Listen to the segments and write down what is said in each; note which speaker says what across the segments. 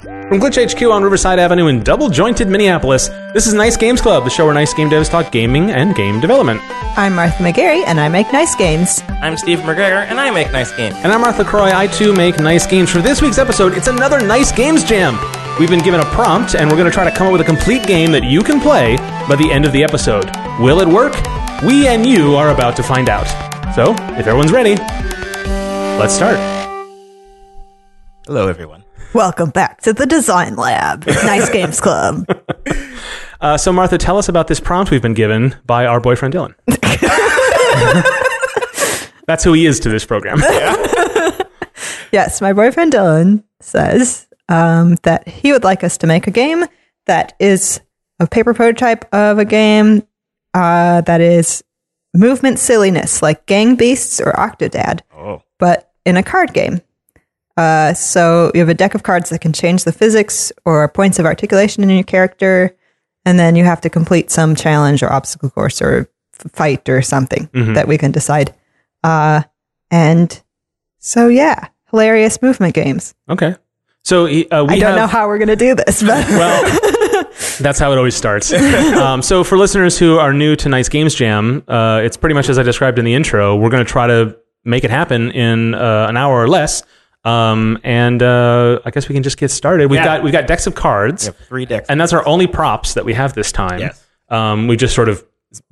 Speaker 1: From Glitch HQ on Riverside Avenue in double jointed Minneapolis, this is Nice Games Club, the show where nice game devs talk gaming and game development.
Speaker 2: I'm Martha McGarry, and I make nice games.
Speaker 3: I'm Steve McGregor, and I make nice games.
Speaker 1: And I'm Mark LaCroix. I too make nice games. For this week's episode, it's another Nice Games Jam. We've been given a prompt, and we're going to try to come up with a complete game that you can play by the end of the episode. Will it work? We and you are about to find out. So, if everyone's ready, let's start.
Speaker 3: Hello, everyone.
Speaker 2: Welcome back to the Design Lab, Nice Games Club.
Speaker 1: Uh, so, Martha, tell us about this prompt we've been given by our boyfriend Dylan. That's who he is to this program.
Speaker 2: Yes, my boyfriend Dylan says um, that he would like us to make a game that is a paper prototype of a game uh, that is movement silliness, like Gang Beasts or Octodad,
Speaker 3: Oh,
Speaker 2: but in a card game. Uh, so you have a deck of cards that can change the physics or points of articulation in your character, and then you have to complete some challenge or obstacle course or f- fight or something
Speaker 1: Mm-hmm.
Speaker 2: that we can decide. Uh, and so, yeah, hilarious movement games.
Speaker 1: Okay. So he- uh, we
Speaker 2: I don't
Speaker 1: have,
Speaker 2: know how we're going to do this, but
Speaker 1: Well, that's how it always starts. Um, so for listeners who are new to Nice Games Jam, uh, it's pretty much as I described in the intro. We're going to try to make it happen in uh, an hour or less. Um, and uh, I guess we can just get started. We've
Speaker 3: Yeah.
Speaker 1: got we've got decks of cards,
Speaker 3: we have three decks.
Speaker 1: and that's our only props that we have this time.
Speaker 3: Yes.
Speaker 1: Um, we just sort of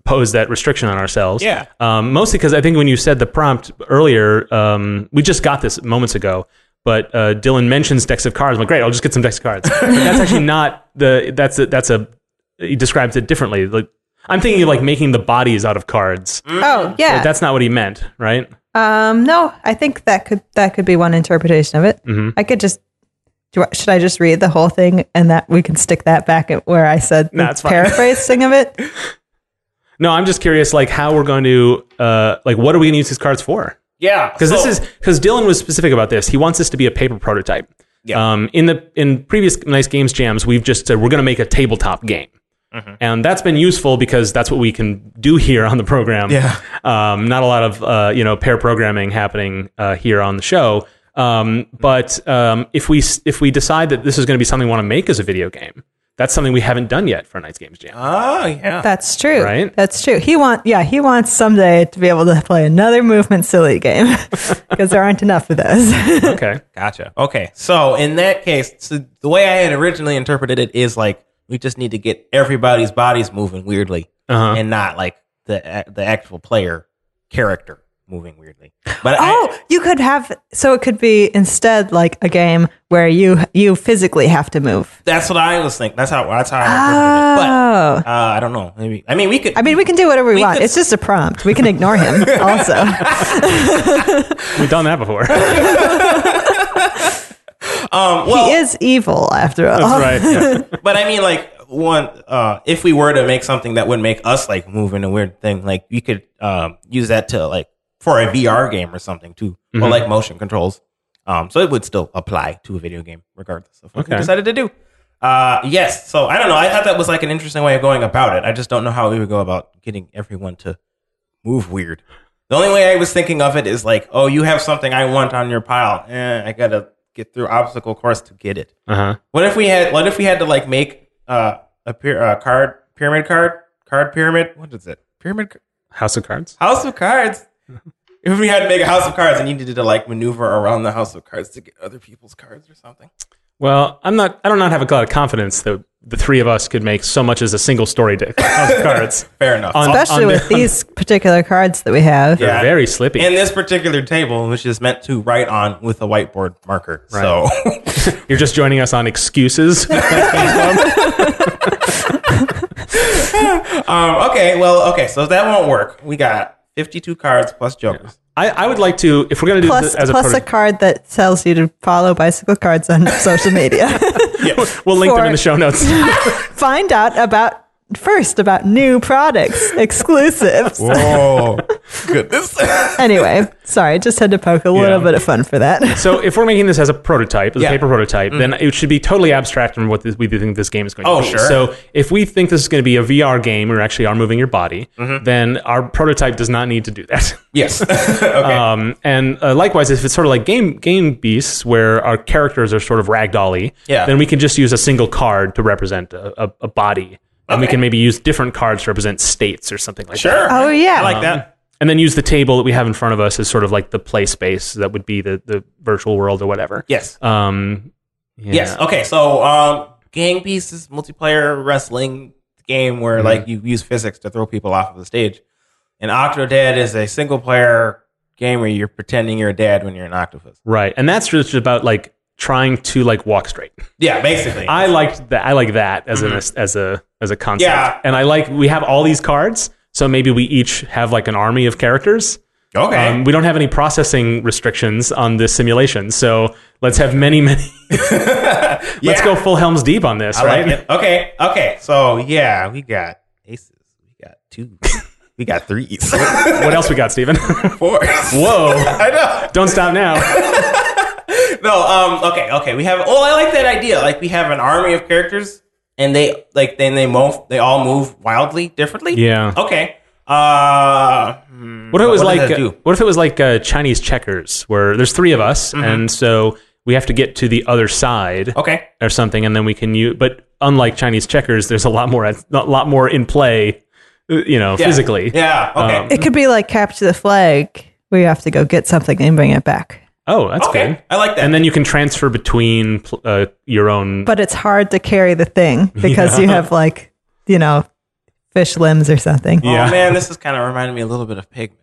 Speaker 1: posed that restriction on ourselves.
Speaker 3: Yeah.
Speaker 1: Um, mostly because I think when you said the prompt earlier, um, we just got this moments ago. But uh, Dylan mentions decks of cards. I'm like, great, I'll just get some decks of cards. But that's actually not the. That's a, that's a. He describes it differently. Like, I'm thinking of like making the bodies out of cards.
Speaker 3: Mm.
Speaker 2: oh
Speaker 1: But
Speaker 2: yeah,
Speaker 1: that's not what he meant, right?
Speaker 2: um, no, I think that could that could be one interpretation of it.
Speaker 1: Mm-hmm.
Speaker 2: I could just. Do I, should I just read the whole thing and that we can stick that back at where I said the
Speaker 1: That's fine.
Speaker 2: paraphrasing of it?
Speaker 1: No, I'm just curious, like how we're going to, uh, like what are we going to use these cards for?
Speaker 3: yeah,
Speaker 1: because this is because Dylan was specific about this. He wants this to be a paper prototype.
Speaker 3: Yeah.
Speaker 1: Um, in the in previous nice games jams, we've just said we're going to make a tabletop game, and that's been useful because that's what we can do here on the program.
Speaker 3: Yeah.
Speaker 1: Um, not a lot of uh, you know pair programming happening uh, here on the show. Um, but um, if we s- if we decide that this is going to be something we want to make as a video game, that's something we haven't done yet for Nice Games Jam.
Speaker 3: Oh, yeah.
Speaker 2: That's true.
Speaker 1: Right?
Speaker 2: That's true. He want yeah, he wants someday to be able to play another movement silly game because there aren't enough of those.
Speaker 1: okay.
Speaker 3: Gotcha. Okay. So in that case, so the way I had originally interpreted it is like we just need to get everybody's bodies moving weirdly,
Speaker 1: Uh-huh.
Speaker 3: and not like the the actual player character moving weirdly. But
Speaker 2: oh, you could have so it could be instead like a game where you you physically have to move.
Speaker 3: I, that's what I was thinking. That's how that's how I interpreted it.
Speaker 2: Oh.
Speaker 3: But uh, I don't know. Maybe I mean we could.
Speaker 2: I mean, we can do whatever we,
Speaker 3: We
Speaker 2: want.
Speaker 3: could-
Speaker 2: It's just a prompt. We can ignore him also.
Speaker 1: We've done that before.
Speaker 3: um, well,
Speaker 2: he is evil after all.
Speaker 1: That's right. Yeah.
Speaker 3: but I mean, like one, uh, if we were to make something that would make us like move in a weird thing, like you could um, use that to like for a VR game or something too, or like motion controls. Um, so it would still apply to a video game regardless of what we
Speaker 1: Okay.
Speaker 3: decided to do. Uh, yes. So I don't know. I thought that was like an interesting way of going about it. I just don't know how we would go about getting everyone to move weird. The only way I was thinking of it is like, oh, you have something I want on your pile. Eh, I gotta get through obstacle course to get it.
Speaker 1: Uh huh.
Speaker 3: What if we had? What if we had to like make uh, a pyr- uh, card pyramid card card pyramid? What is it? Pyramid c-
Speaker 1: House of Cards.
Speaker 3: house of cards. if we had to make a house of cards and needed to like maneuver around the house of cards to get other people's cards or something.
Speaker 1: Well, I'm not. I don't not have a lot of confidence that the three of us could make so much as a single story deck of cards.
Speaker 3: Fair enough.
Speaker 1: On-
Speaker 2: Especially
Speaker 1: on
Speaker 2: with
Speaker 1: the-
Speaker 2: these particular cards that we have.
Speaker 1: They're
Speaker 3: Yeah.
Speaker 1: very slippy.
Speaker 3: and this particular table, which is meant to write on with a whiteboard marker. So,
Speaker 1: You're just joining us on excuses.
Speaker 3: um, okay, well, okay, so that won't work. We got 52 cards plus jokers.
Speaker 1: I, I would like to, if we're going to do
Speaker 2: Plus,
Speaker 1: this as a,
Speaker 2: plus a
Speaker 1: prototype,
Speaker 2: card that tells you to follow bicycle cards on social media.
Speaker 1: we'll link them in
Speaker 2: for-
Speaker 1: the show notes.
Speaker 2: find out about first about new products, exclusives.
Speaker 3: Whoa. Goodness.
Speaker 2: anyway, sorry, just had to poke a little
Speaker 1: Yeah.
Speaker 2: bit of fun for that.
Speaker 1: So if we're making this as a prototype, as
Speaker 3: Yeah. Mm-hmm.
Speaker 1: a paper prototype, then it should be totally abstract from what this, we think this game is going to
Speaker 3: Oh,
Speaker 1: be.
Speaker 3: sure.
Speaker 1: So if we think this is going to be a VR game, where you actually are moving your body,
Speaker 3: Mm-hmm.
Speaker 1: then our prototype does not need to do that.
Speaker 3: yes. okay.
Speaker 1: Um, and uh, likewise, if it's sort of like game game beasts where our characters are sort of ragdolly,
Speaker 3: Yeah.
Speaker 1: then we can just use a single card to represent a, a, a body, and we
Speaker 3: Okay.
Speaker 1: can maybe use different cards to represent states or something like that.
Speaker 3: sure.
Speaker 2: Oh, yeah.
Speaker 3: I like that.
Speaker 1: And then use the table that we have in front of us as sort of like the play space that would be the, the virtual world or whatever.
Speaker 3: Yes.
Speaker 1: Um, yeah.
Speaker 3: Yes. Okay. So, um, Gang Beasts is multiplayer wrestling game
Speaker 1: Mm-hmm.
Speaker 3: where like you use physics to throw people off of the stage, and Octodad is a single player game where you're pretending you're a dad when you're an octopus.
Speaker 1: Right. And that's just about like trying to like walk straight.
Speaker 3: Yeah, basically.
Speaker 1: I liked that. I like that as a as a as a concept.
Speaker 3: Mm-hmm. Yeah.
Speaker 1: And I like we have all these cards, so maybe we each have like an army of characters.
Speaker 3: okay.
Speaker 1: Um, we don't have any processing restrictions on this simulation, so let's have many, many. Let's
Speaker 3: Yeah.
Speaker 1: go full Helms Deep on this,
Speaker 3: I
Speaker 1: right?
Speaker 3: like it. Okay. Okay. So yeah, we got aces. We got two. we got threes.
Speaker 1: What else we got, Steven?
Speaker 3: Fours.
Speaker 1: Whoa!
Speaker 3: I know.
Speaker 1: Don't stop now.
Speaker 3: No, um, okay, okay. We have. Oh, I like that idea. Like we have an army of characters, and they like then they move. They all move wildly differently.
Speaker 1: Yeah.
Speaker 3: Okay. Uh, hmm,
Speaker 1: What if it was
Speaker 3: does
Speaker 1: like?
Speaker 3: that do?
Speaker 1: What if it was like uh, Chinese checkers, where there's three of us,
Speaker 3: Mm-hmm.
Speaker 1: and so we have to get to the other side.
Speaker 3: Okay.
Speaker 1: or something, and then we can use. But unlike Chinese checkers, there's a lot more a lot more in play, uh, you know,
Speaker 3: Yeah.
Speaker 1: physically.
Speaker 3: Yeah. Okay.
Speaker 1: Um,
Speaker 2: It could be like capture the flag, where you have to go get something and bring it back.
Speaker 1: Oh, that's
Speaker 3: okay.
Speaker 1: good.
Speaker 3: I like that.
Speaker 1: And then you can transfer between pl- uh, your own.
Speaker 2: But it's hard to carry the thing because you have like, you know, fish limbs or something.
Speaker 1: Yeah.
Speaker 3: Oh man, this is kind of reminding me a little bit of Pigman.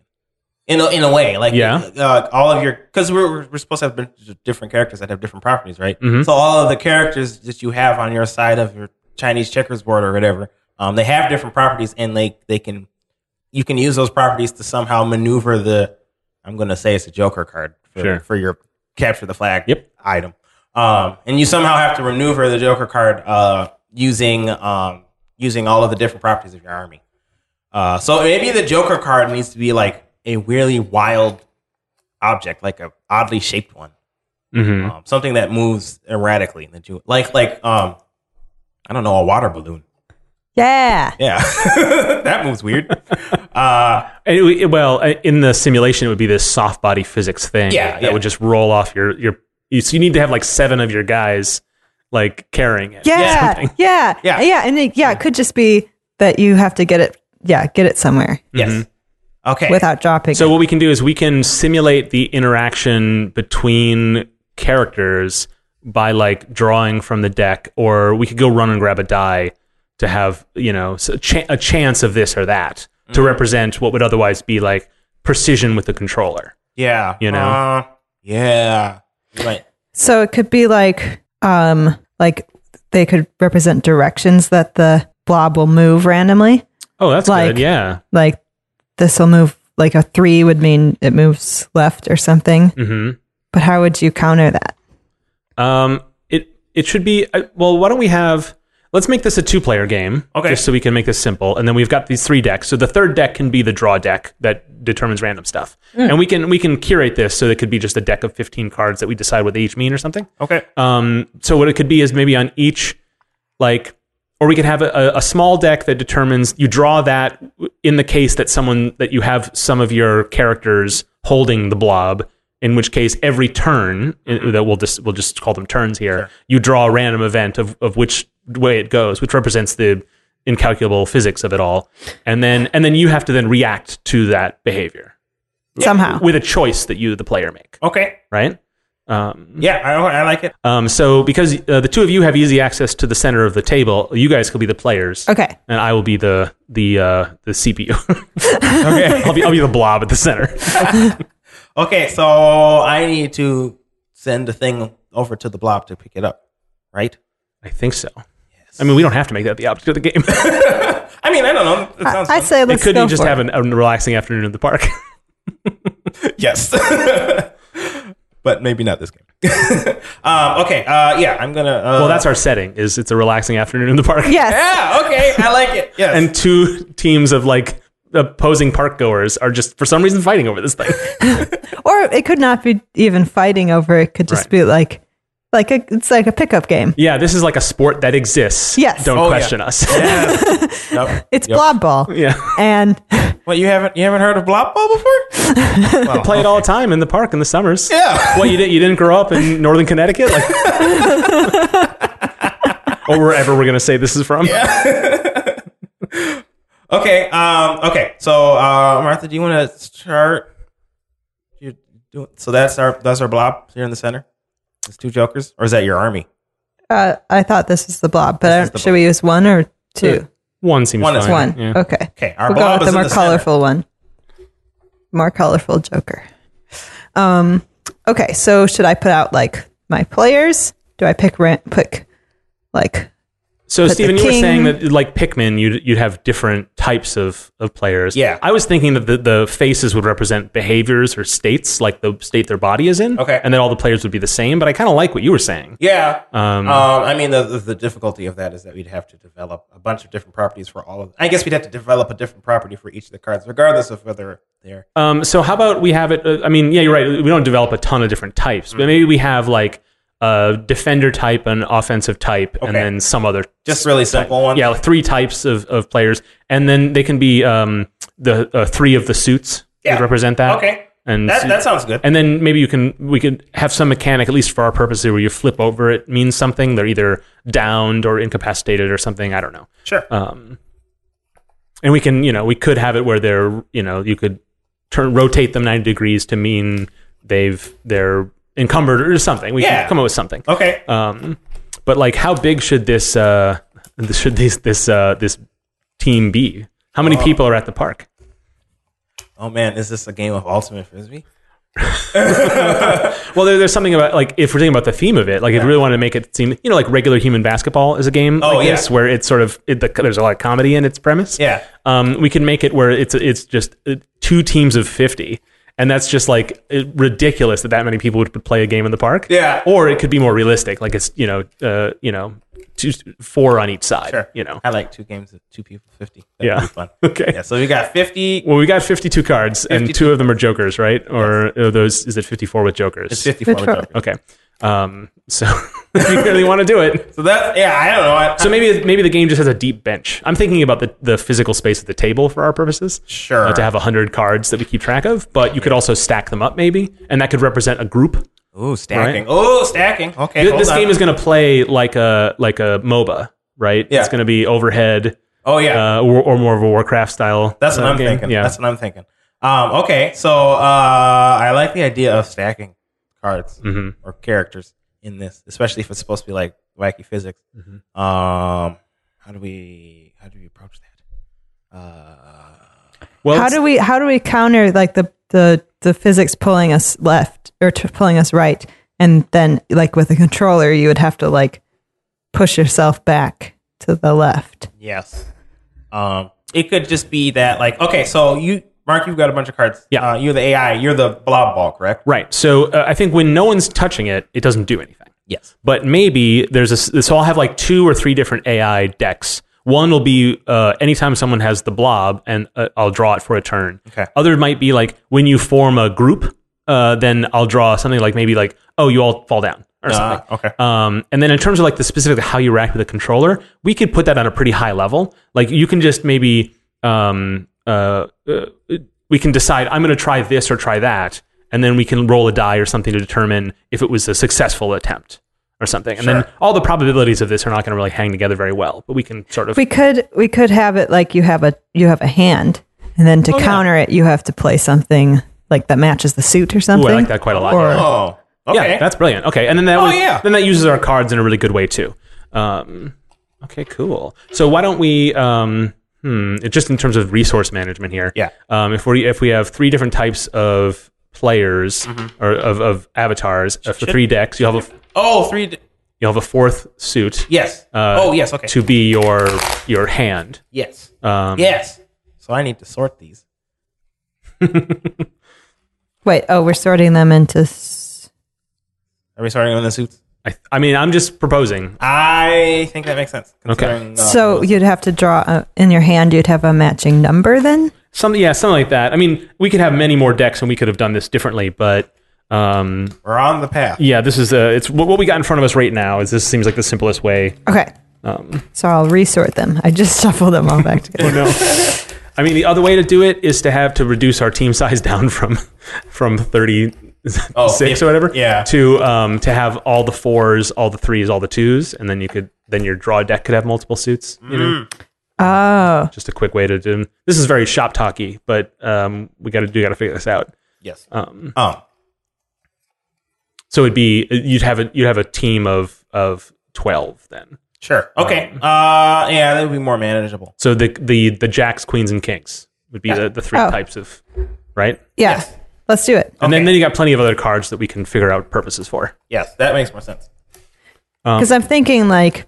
Speaker 3: In a, in a way, like
Speaker 1: Yeah.
Speaker 3: uh, all of your because we're, we're supposed to have different characters that have different properties, right?
Speaker 1: Mhm.
Speaker 3: So all of the characters that you have on your side of your Chinese checkers board or whatever, um, they have different properties, and they they can you can use those properties to somehow maneuver the. I'm going to say it's a Joker card for,
Speaker 1: Sure.
Speaker 3: for your capture the flag
Speaker 1: Yep.
Speaker 3: item, um, and you somehow have to maneuver the Joker card uh, using um, using all of the different properties of your army. Uh, so maybe the Joker card needs to be like a really wild object, like a oddly shaped one,
Speaker 1: Mhm.
Speaker 3: um, something that moves erratically. And that you like, like, um, I don't know, a water balloon.
Speaker 2: Yeah.
Speaker 3: Yeah, that moves weird. Uh,
Speaker 1: And it- it- well, uh, in the simulation, it would be this soft body physics thing.
Speaker 3: Yeah,
Speaker 1: that
Speaker 3: yeah.
Speaker 1: would just roll off your your. You, so you need to have like seven of your guys like carrying it.
Speaker 2: Yeah.
Speaker 1: Something.
Speaker 2: Yeah.
Speaker 3: Yeah.
Speaker 2: Yeah. And it, yeah, it could just be that you have to get it. Yeah. Get it somewhere
Speaker 3: yes. Mm-hmm. Okay.
Speaker 2: without dropping
Speaker 1: Eh. So
Speaker 2: it.
Speaker 1: what we can do is we can simulate the interaction between characters by like drawing from the deck, or we could go run and grab a die to have you know s- a, cha- a chance of this or that to represent what would otherwise be like precision with the controller.
Speaker 3: yeah.
Speaker 1: You know?
Speaker 3: Uh, yeah. You're Right.
Speaker 2: So it could be like, um, like they could represent directions that the blob will move randomly.
Speaker 1: Oh, that's
Speaker 2: Like-
Speaker 1: good. Yeah.
Speaker 2: Like this will move. Like a three would mean it moves left or something.
Speaker 1: hmm
Speaker 2: But how would you counter that?
Speaker 1: Um. It it should be uh, well. Why don't we have Let's make this a two-player game,
Speaker 3: Okay.
Speaker 1: just so we can make this simple. And then we've got these three decks. So the third deck can be the draw deck that determines random stuff, and we can we can curate this so it could be just a deck of fifteen cards that we decide what they each mean or something.
Speaker 3: Okay.
Speaker 1: Um, so what it could be is maybe on each, like, or we could have a, a, a small deck that determines you draw that in the case that someone that you have some of your characters holding the blob. In which case, every turn uh, that we'll just we'll just call them turns here. You draw a random event of, of which way it goes, which represents the incalculable physics of it all, and then and then you have to then react to that behavior
Speaker 2: Somehow.
Speaker 1: with a choice that you the player make,
Speaker 3: Okay.
Speaker 1: right? Um,
Speaker 3: Yeah, I, I like it.
Speaker 1: um, so because uh, the two of you have easy access to the center of the table, you guys could be the players,
Speaker 2: Okay.
Speaker 1: and I will be the the uh, the CPU. I'll be I'll be the blob at the center.
Speaker 3: Okay, so I need to send the thing over to the blob to pick it up, right?
Speaker 1: I think so. I mean, we don't have to make that the object of the game.
Speaker 3: I mean, I don't know. It sounds
Speaker 2: I
Speaker 3: fun.
Speaker 2: say
Speaker 1: it
Speaker 2: let's
Speaker 1: could
Speaker 2: go
Speaker 1: be just
Speaker 2: for
Speaker 1: have
Speaker 2: it.
Speaker 1: an, a relaxing afternoon at the park.
Speaker 3: yes. but maybe not this game. um, okay, uh, yeah, I'm gonna. Uh,
Speaker 1: Well, that's our setting. Is it's a relaxing afternoon in the park.
Speaker 2: Yes.
Speaker 3: yeah. Okay, I like it. Yes.
Speaker 1: And two teams of like opposing park goers are just for some reason fighting over this thing.
Speaker 2: Or it could not be even fighting over. It could just
Speaker 1: Right.
Speaker 2: be like, like a, it's like a pickup game.
Speaker 1: yeah, this is like a sport that exists.
Speaker 2: Yes.
Speaker 1: Don't
Speaker 3: Oh, yeah.
Speaker 1: question us. uh,
Speaker 3: Yes. Yep.
Speaker 2: It's
Speaker 3: Yep.
Speaker 2: blob ball.
Speaker 1: yeah.
Speaker 2: And
Speaker 3: What you haven't you haven't heard of blob ball before? Well,
Speaker 1: Play it all the time in the park in the summers.
Speaker 3: Yeah.
Speaker 1: What you did you didn't grow up in northern Connecticut? Like Or wherever we're gonna say this is from.
Speaker 3: Okay. Um. Okay. So, uh, Martha, do you want to start? You do. So that's our that's our blob here in the center. It's two jokers, or is that your army?
Speaker 2: uh, I thought this was the blob, but I
Speaker 3: is
Speaker 2: don't,
Speaker 3: the
Speaker 2: should we use one or two?
Speaker 1: One seems
Speaker 3: One is
Speaker 1: fine.
Speaker 2: One.
Speaker 1: Yeah.
Speaker 2: Okay.
Speaker 3: Okay. Our
Speaker 2: we'll go
Speaker 3: blob
Speaker 2: with
Speaker 3: is
Speaker 2: the
Speaker 3: in
Speaker 2: more
Speaker 3: the center.
Speaker 2: colorful one. More colorful Joker. Um. Okay. So should I put out like my players? Do I pick ran- pick like
Speaker 1: So,
Speaker 2: Put the
Speaker 1: Stephen, you were
Speaker 2: king-
Speaker 1: saying that, like Pikmin, you'd you'd have different types of, of players.
Speaker 3: Yeah.
Speaker 1: I was thinking that the, the faces would represent behaviors or states, like the state their body is in.
Speaker 3: Okay.
Speaker 1: and then all the players would be the same. But I kind of like what you were saying.
Speaker 3: Yeah.
Speaker 1: Um,
Speaker 3: Um, I mean, the, the the difficulty of that is that we'd have to develop a bunch of different properties for all of. I guess we'd have to develop a different property for each of the cards, regardless of whether they're.
Speaker 1: Um, so how about we have it? Uh, I mean, yeah, you're right. We don't develop a ton of different types,
Speaker 3: Mm-hmm.
Speaker 1: but maybe we have like a defender type, an offensive type, and
Speaker 3: Okay.
Speaker 1: then some other
Speaker 3: Just really simple ones.
Speaker 1: Yeah, like three types of, of players, and then they can be um, the uh, three of the suits would
Speaker 3: Yeah.
Speaker 1: represent that.
Speaker 3: Okay.
Speaker 1: and
Speaker 3: That
Speaker 1: so-
Speaker 3: that sounds good.
Speaker 1: And then maybe you can we could have some mechanic, at least for our purposes, where you flip over it means something. They're either downed or incapacitated or something. I don't know.
Speaker 3: Sure.
Speaker 1: Um, and we can you know we could have it where they're you know you could turn rotate them ninety degrees to mean they've they're encumbered or something. We
Speaker 3: Yeah.
Speaker 1: can come up with something.
Speaker 3: okay.
Speaker 1: Um, but like, how big should this uh should this this uh this team be? How many people are at the park?
Speaker 3: oh man, is this a game of ultimate frisbee?
Speaker 1: Well, there, there's something about like if we're thinking about the theme of it, like if you really want to make it seem, you know, like regular human basketball is a game
Speaker 3: Oh,
Speaker 1: like
Speaker 3: yeah.
Speaker 1: this where it's sort of it, the, there's a lot of comedy in its premise.
Speaker 3: Yeah.
Speaker 1: um, we can make it where it's it's just uh, two teams of fifty, and that's just like it- ridiculous that that many people would play a game in the park.
Speaker 3: Yeah.
Speaker 1: or it could be more realistic, like it's you know, uh, you know, two four on each side.
Speaker 3: Sure.
Speaker 1: you know.
Speaker 3: I like two games of two people, 50. That'd
Speaker 1: Yeah.
Speaker 3: be fun.
Speaker 1: Okay.
Speaker 3: Yeah, so we got 50.
Speaker 1: Well, we got 52 cards, and
Speaker 3: 52.
Speaker 1: two of them are jokers, right? Or are those is it 54 with jokers?
Speaker 3: It's 54
Speaker 2: Which
Speaker 3: with
Speaker 2: one?
Speaker 3: Joker.
Speaker 1: Okay. Um, so if you really want to do it.
Speaker 3: So that, yeah, I don't know. I,
Speaker 1: So maybe maybe the game just has a deep bench. I'm thinking about the, the physical space of the table for our purposes.
Speaker 3: Sure.
Speaker 1: Uh, to have 100 cards that we keep track of, but you could also stack them up maybe, and that could represent a group.
Speaker 3: Ooh, stacking. Oh, stacking. Okay.
Speaker 1: Th-
Speaker 3: hold
Speaker 1: this
Speaker 3: on.
Speaker 1: game is going to play like a like a MOBA, right?
Speaker 3: Yeah.
Speaker 1: It's going to be overhead
Speaker 3: Oh, yeah.
Speaker 1: uh, or, or more of a Warcraft style.
Speaker 3: That's what
Speaker 1: uh,
Speaker 3: I'm
Speaker 1: game.
Speaker 3: thinking.
Speaker 1: Yeah.
Speaker 3: That's what I'm thinking. Um, okay. So uh, I like the idea of stacking cards
Speaker 1: Mhm.
Speaker 3: or characters in this, especially if it's supposed to be like wacky physics.
Speaker 1: Mm-hmm.
Speaker 3: Um, how do we how do we approach that? Uh,
Speaker 1: Well,
Speaker 2: how
Speaker 1: it's-
Speaker 2: do we how do we counter like the the the physics pulling us left or t- pulling us right, and then like with a controller you would have to like push yourself back to the left.
Speaker 3: Yes. Um, it could just be that, like, okay, so you, Mark, you've got a bunch of cards.
Speaker 1: Yeah.
Speaker 3: Uh, you're the AI. You're the blob ball, correct?
Speaker 1: Right. So uh, I think when no one's touching it, it doesn't do anything.
Speaker 3: Yes.
Speaker 1: But maybe there's a s- so I'll have like two or three different AI decks. One will be uh, anytime someone has the blob, and uh, I'll draw it for a turn.
Speaker 3: Okay.
Speaker 1: Other might be like when you form a group, uh, then I'll draw something like maybe like oh you all fall down
Speaker 3: Uh,
Speaker 1: or something.
Speaker 3: okay.
Speaker 1: Um, and then in terms of like the specific how you react with the controller, we could put that on a pretty high level. Like you can just maybe um, uh, uh, we can decide I'm going to try this or try that, and then we can roll a die or something to determine if it was a successful attempt or something. And then all the probabilities of this are not going to really hang together very well, but we can sort of
Speaker 2: We could we could have it like you have a you have a hand, and then
Speaker 1: Oh,
Speaker 2: to counter it you have to play something like that matches the suit or
Speaker 1: Ooh,
Speaker 2: something.
Speaker 1: I like that quite a lot.
Speaker 2: Or-
Speaker 3: Oh, okay.
Speaker 1: Uh, Yeah, that's brilliant. Okay, and then that
Speaker 3: Oh,
Speaker 1: was-
Speaker 3: yeah.
Speaker 1: then that uses our cards in a really good way too. Um, okay, cool. So why don't we? Um, hmm, just in terms of resource management here.
Speaker 3: Yeah.
Speaker 1: Um, if we if we have three different types of players
Speaker 3: Mm-hmm.
Speaker 1: or of, of avatars uh, for three decks, you have a
Speaker 3: oh, three. D-
Speaker 1: you have a fourth suit.
Speaker 3: yes.
Speaker 1: Uh,
Speaker 3: oh, yes. Okay.
Speaker 1: To be your your hand.
Speaker 3: Yes.
Speaker 1: Um,
Speaker 3: yes. So I need to sort these.
Speaker 2: Wait, oh, we're sorting them into. s-
Speaker 3: Are we starting on the suits?
Speaker 1: I, I mean, I'm just proposing.
Speaker 3: I think that makes sense. considering,
Speaker 1: Oh,
Speaker 3: uh,
Speaker 2: so you'd have to draw a, in your hand. You'd have a matching number then.
Speaker 1: Something, yeah, something like that. I mean, we could have many more decks, and we could have done this differently. But um,
Speaker 3: we're on the path.
Speaker 1: yeah, this is the it's what, what we got in front of us right now. Is this seems like the simplest way?
Speaker 2: Okay.
Speaker 1: Um,
Speaker 2: so I'll resort them. I just shuffled them all back together.
Speaker 1: No, I mean the other way to do it is to have to reduce our team size down from from thirty six
Speaker 3: Oh,
Speaker 1: or
Speaker 3: yeah.
Speaker 1: whatever.
Speaker 3: Yeah.
Speaker 1: To um to have all the fours, all the threes, all the twos, and then you could then your draw deck could have multiple suits. You know,
Speaker 3: Mm.
Speaker 2: Oh,
Speaker 1: just a quick way to do. This is very shop talky, but um we got to do got to figure this out.
Speaker 3: Yes.
Speaker 1: Um,
Speaker 3: Um,
Speaker 1: so it'd be you'd have a you'd have a team of of twelve then.
Speaker 3: sure.
Speaker 1: um,
Speaker 3: Okay. uh, yeah, that would be more manageable.
Speaker 1: So the the the jacks, queens, and kings would be the, the three
Speaker 2: Oh.
Speaker 1: types of right.
Speaker 2: yeah. Let's do it.
Speaker 1: And then,
Speaker 3: Okay.
Speaker 1: then you got plenty of other cards that we can figure out purposes for.
Speaker 3: Yes, that makes more sense.
Speaker 1: Um,
Speaker 2: Because I'm thinking like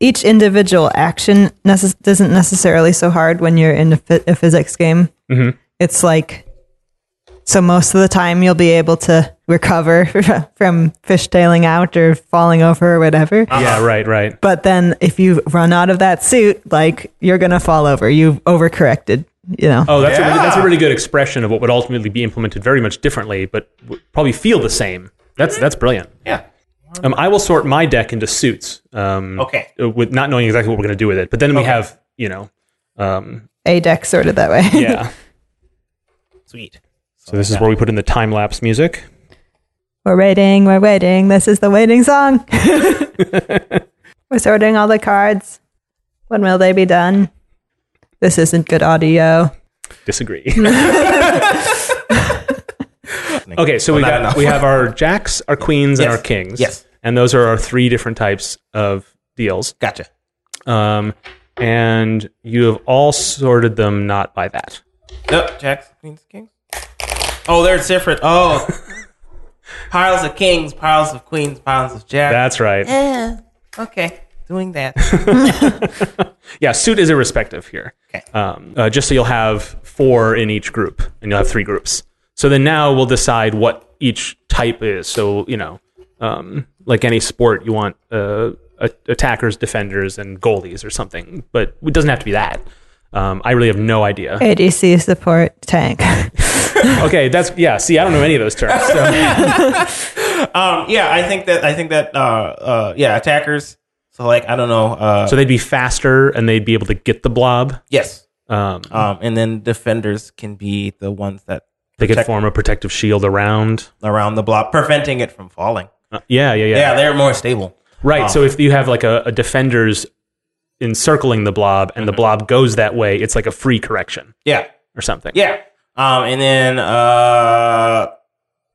Speaker 2: each individual action necess- isn't necessarily so hard when you're in a, phy- a physics game. Mm-hmm. It's like so most of the time you'll be able to recover from fishtailing out or falling over or whatever.
Speaker 1: Yeah, right, right.
Speaker 2: But then if you run out of that suit, like you're gonna fall over. You've overcorrected. You know.
Speaker 1: Oh, that's, a really,
Speaker 3: Yeah.
Speaker 1: that's a really good expression of what would ultimately be implemented very much differently, but would probably feel the same. That's that's brilliant.
Speaker 3: Yeah.
Speaker 1: Um, I will sort my deck into suits. Um,
Speaker 3: Okay.
Speaker 1: uh, With not knowing exactly what we're going to do with it, but then we have you know, um,
Speaker 2: A deck sorted that way.
Speaker 1: yeah.
Speaker 3: Sweet.
Speaker 1: so this is where we put in the time lapse music.
Speaker 2: We're waiting, we're waiting. This is the waiting song. we're sorting all the cards. When will they be done? This isn't good audio.
Speaker 1: Disagree. okay, so we
Speaker 3: not
Speaker 1: got
Speaker 3: enough.
Speaker 1: we have our jacks, our queens, and
Speaker 3: Yes.
Speaker 1: our kings.
Speaker 3: Yes.
Speaker 1: and those are our three different types of deals.
Speaker 3: Gotcha.
Speaker 1: Um, and you have all sorted them not by that.
Speaker 3: Nope. Jacks, queens, kings. Oh, they're different. Oh, piles of kings, piles of queens, piles of jacks.
Speaker 1: That's right.
Speaker 3: Yeah. Okay. Doing that.
Speaker 1: Yeah, suit is irrespective here.
Speaker 3: Okay.
Speaker 1: Um, uh, just so you'll have four in each group, and you'll have three groups. So then now we'll decide what each type is. So you know, um, like any sport, you want uh, a- attackers, defenders, and goalies or something. But it doesn't have to be that. Um, I really have no idea.
Speaker 2: ADC support tank.
Speaker 1: okay, that's yeah. See, I don't know any of those terms. So.
Speaker 3: Um, yeah, I think that I think that uh, uh, yeah, attackers. So like I don't know. Uh,
Speaker 1: So they'd be faster and they'd be able to get the blob.
Speaker 3: yes.
Speaker 1: Um,
Speaker 3: Um, and then defenders can be the ones that
Speaker 1: they could
Speaker 3: protect
Speaker 1: form a protective shield around.
Speaker 3: around the block, preventing it from falling.
Speaker 1: Uh, yeah, yeah, yeah.
Speaker 3: Yeah, Oh. they're more stable.
Speaker 1: right. So if you have like a, a defender's encircling the blob and the
Speaker 3: Mm-hmm.
Speaker 1: blob goes that way, it's like a free correction
Speaker 3: Yeah,
Speaker 1: or something.
Speaker 3: yeah. Um, and then uh,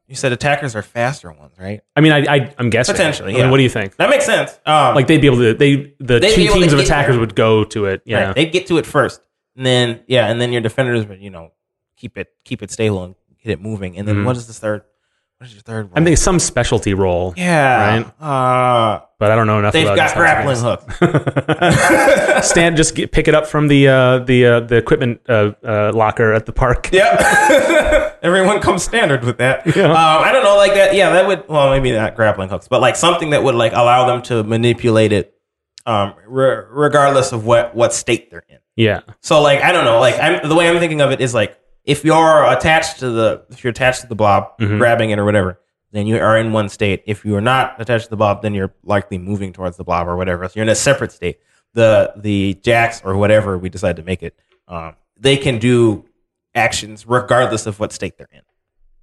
Speaker 3: you said attackers are faster ones, right?
Speaker 1: I mean, I, I I'm guessing
Speaker 3: Potentially,
Speaker 1: I mean,
Speaker 3: yeah.
Speaker 1: what do you think?
Speaker 3: That makes sense. Um,
Speaker 1: Like they'd be able to they the
Speaker 3: They'd be
Speaker 1: two
Speaker 3: able to
Speaker 1: teams of
Speaker 3: get
Speaker 1: attackers
Speaker 3: there.
Speaker 1: would go to it. Yeah.
Speaker 3: right, they'd get to it first, and then yeah, and then your defenders would you know keep it keep it stable and get it moving. And then what is the third? What is your third?
Speaker 1: I'm
Speaker 3: role?
Speaker 1: thinking some specialty role,
Speaker 3: yeah, right. Uh,
Speaker 1: but I don't know enough
Speaker 3: They've
Speaker 1: about
Speaker 3: got
Speaker 1: these types of
Speaker 3: grappling
Speaker 1: games.
Speaker 3: hooks.
Speaker 1: Stand, just get, pick it up from the uh, the uh, the equipment uh, uh, locker at the park.
Speaker 3: Yep. Everyone comes standard with that. Um, I don't know, like that. Yeah, that would. Well, maybe not grappling hooks, but like something that would like allow them to manipulate it, um, re- regardless of what what state they're in.
Speaker 1: Yeah,
Speaker 3: So like I don't know. Like I'm the way I'm thinking of it is like if you're attached to the if you're attached to the blob, grabbing it or whatever, then you are in one state. If you are not attached to the blob, then you're likely moving towards the blob or whatever. So you're in a separate state. The the jacks or whatever we decide to make it, um, they can do actions regardless of what state they're in.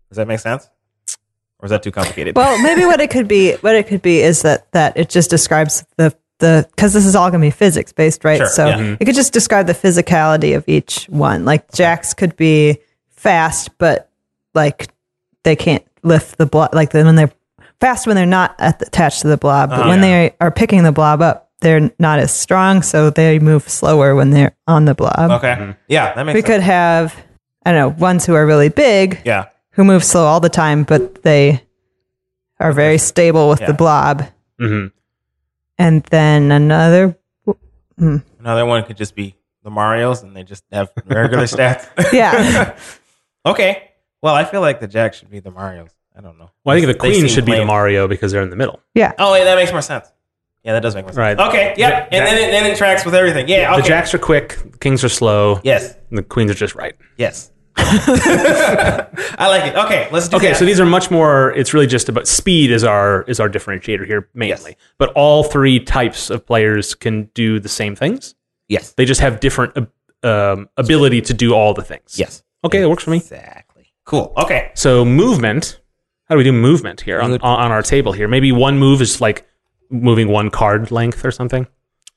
Speaker 3: Does that make sense? Or is that too complicated?
Speaker 2: well, maybe what it could be, what it could be is that that it just describes the the because this is all going to be physics based, right?
Speaker 3: Sure,
Speaker 2: so
Speaker 3: yeah. Mm-hmm.
Speaker 2: it could just describe the physicality of each one. Like Jax could be fast, but like they can't lift the blob. Like then when they're fast when they're not at attached to the blob,
Speaker 3: Uh-huh.
Speaker 2: but when they are picking the blob up, they're not as strong, so they move slower when they're on the blob.
Speaker 3: okay. Yeah, that makes
Speaker 2: We
Speaker 3: sense.
Speaker 2: could have I don't know ones who are really big,
Speaker 3: Yeah.
Speaker 2: who move slow all the time, but they are very stable with
Speaker 3: Yeah.
Speaker 2: the blob.
Speaker 1: hmm
Speaker 3: Mm-hmm.
Speaker 2: And then another,
Speaker 3: Another one could just be the Mario's and they just have regular stats.
Speaker 2: yeah,
Speaker 1: Oh,
Speaker 3: Okay. Well, I feel like the Jack should be the Mario's. I don't know.
Speaker 1: Well, I think the
Speaker 3: They
Speaker 1: queen
Speaker 3: seem
Speaker 1: should be the
Speaker 3: lame.
Speaker 1: Mario because they're in the middle.
Speaker 2: Yeah.
Speaker 3: Oh, wait, that makes more sense. Yeah, that does make more sense.
Speaker 1: Right.
Speaker 3: Okay, yeah.
Speaker 1: That-
Speaker 3: And then it, then it tracks with everything. Yeah, okay.
Speaker 1: The jacks are quick, the kings are slow,
Speaker 3: yes,
Speaker 1: and the queens are just right.
Speaker 3: yes. I like it. Okay, let's do
Speaker 1: Okay,
Speaker 3: that.
Speaker 1: so these are much more. It's really just about speed is our is our differentiator here mainly. But all three types of players can do the same things.
Speaker 3: Yes.
Speaker 1: They just have different ab- um, ability to do all the things.
Speaker 3: Yes.
Speaker 1: Okay, it works for me.
Speaker 3: Exactly. Cool. Okay.
Speaker 1: So movement. How do we do movement here on, on our table here? Maybe one move is like moving one card length or something.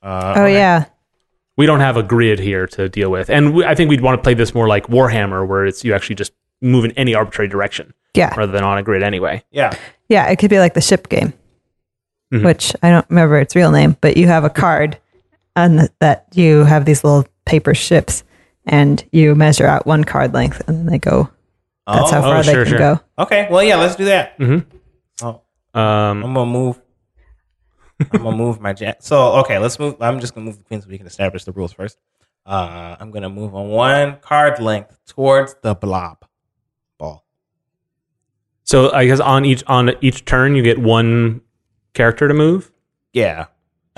Speaker 2: Oh, yeah.
Speaker 1: We don't have a grid here to deal with, and we, I think we'd want to play this more like Warhammer, where it's you actually just move in any arbitrary direction
Speaker 2: Yeah.
Speaker 1: rather than on a grid anyway.
Speaker 3: Yeah.
Speaker 2: Yeah. It could be like the ship game,
Speaker 1: Mm-hmm.
Speaker 2: which I don't remember its real name, but you have a card and th- that you have these little paper ships and you measure out one card length and then they go. That's how
Speaker 3: Oh,
Speaker 2: far
Speaker 1: oh,
Speaker 2: they
Speaker 1: sure,
Speaker 2: can
Speaker 1: sure.
Speaker 2: go.
Speaker 3: Okay. Well, yeah, let's do that.
Speaker 1: Um,
Speaker 3: I'm gonna move. I'm gonna move my jack. So okay, let's move. I'm just gonna move the queen so we can establish the rules first. Uh, I'm gonna move on one card length towards the blob ball.
Speaker 1: So I guess on each on each turn you get one character to move.
Speaker 3: Yeah.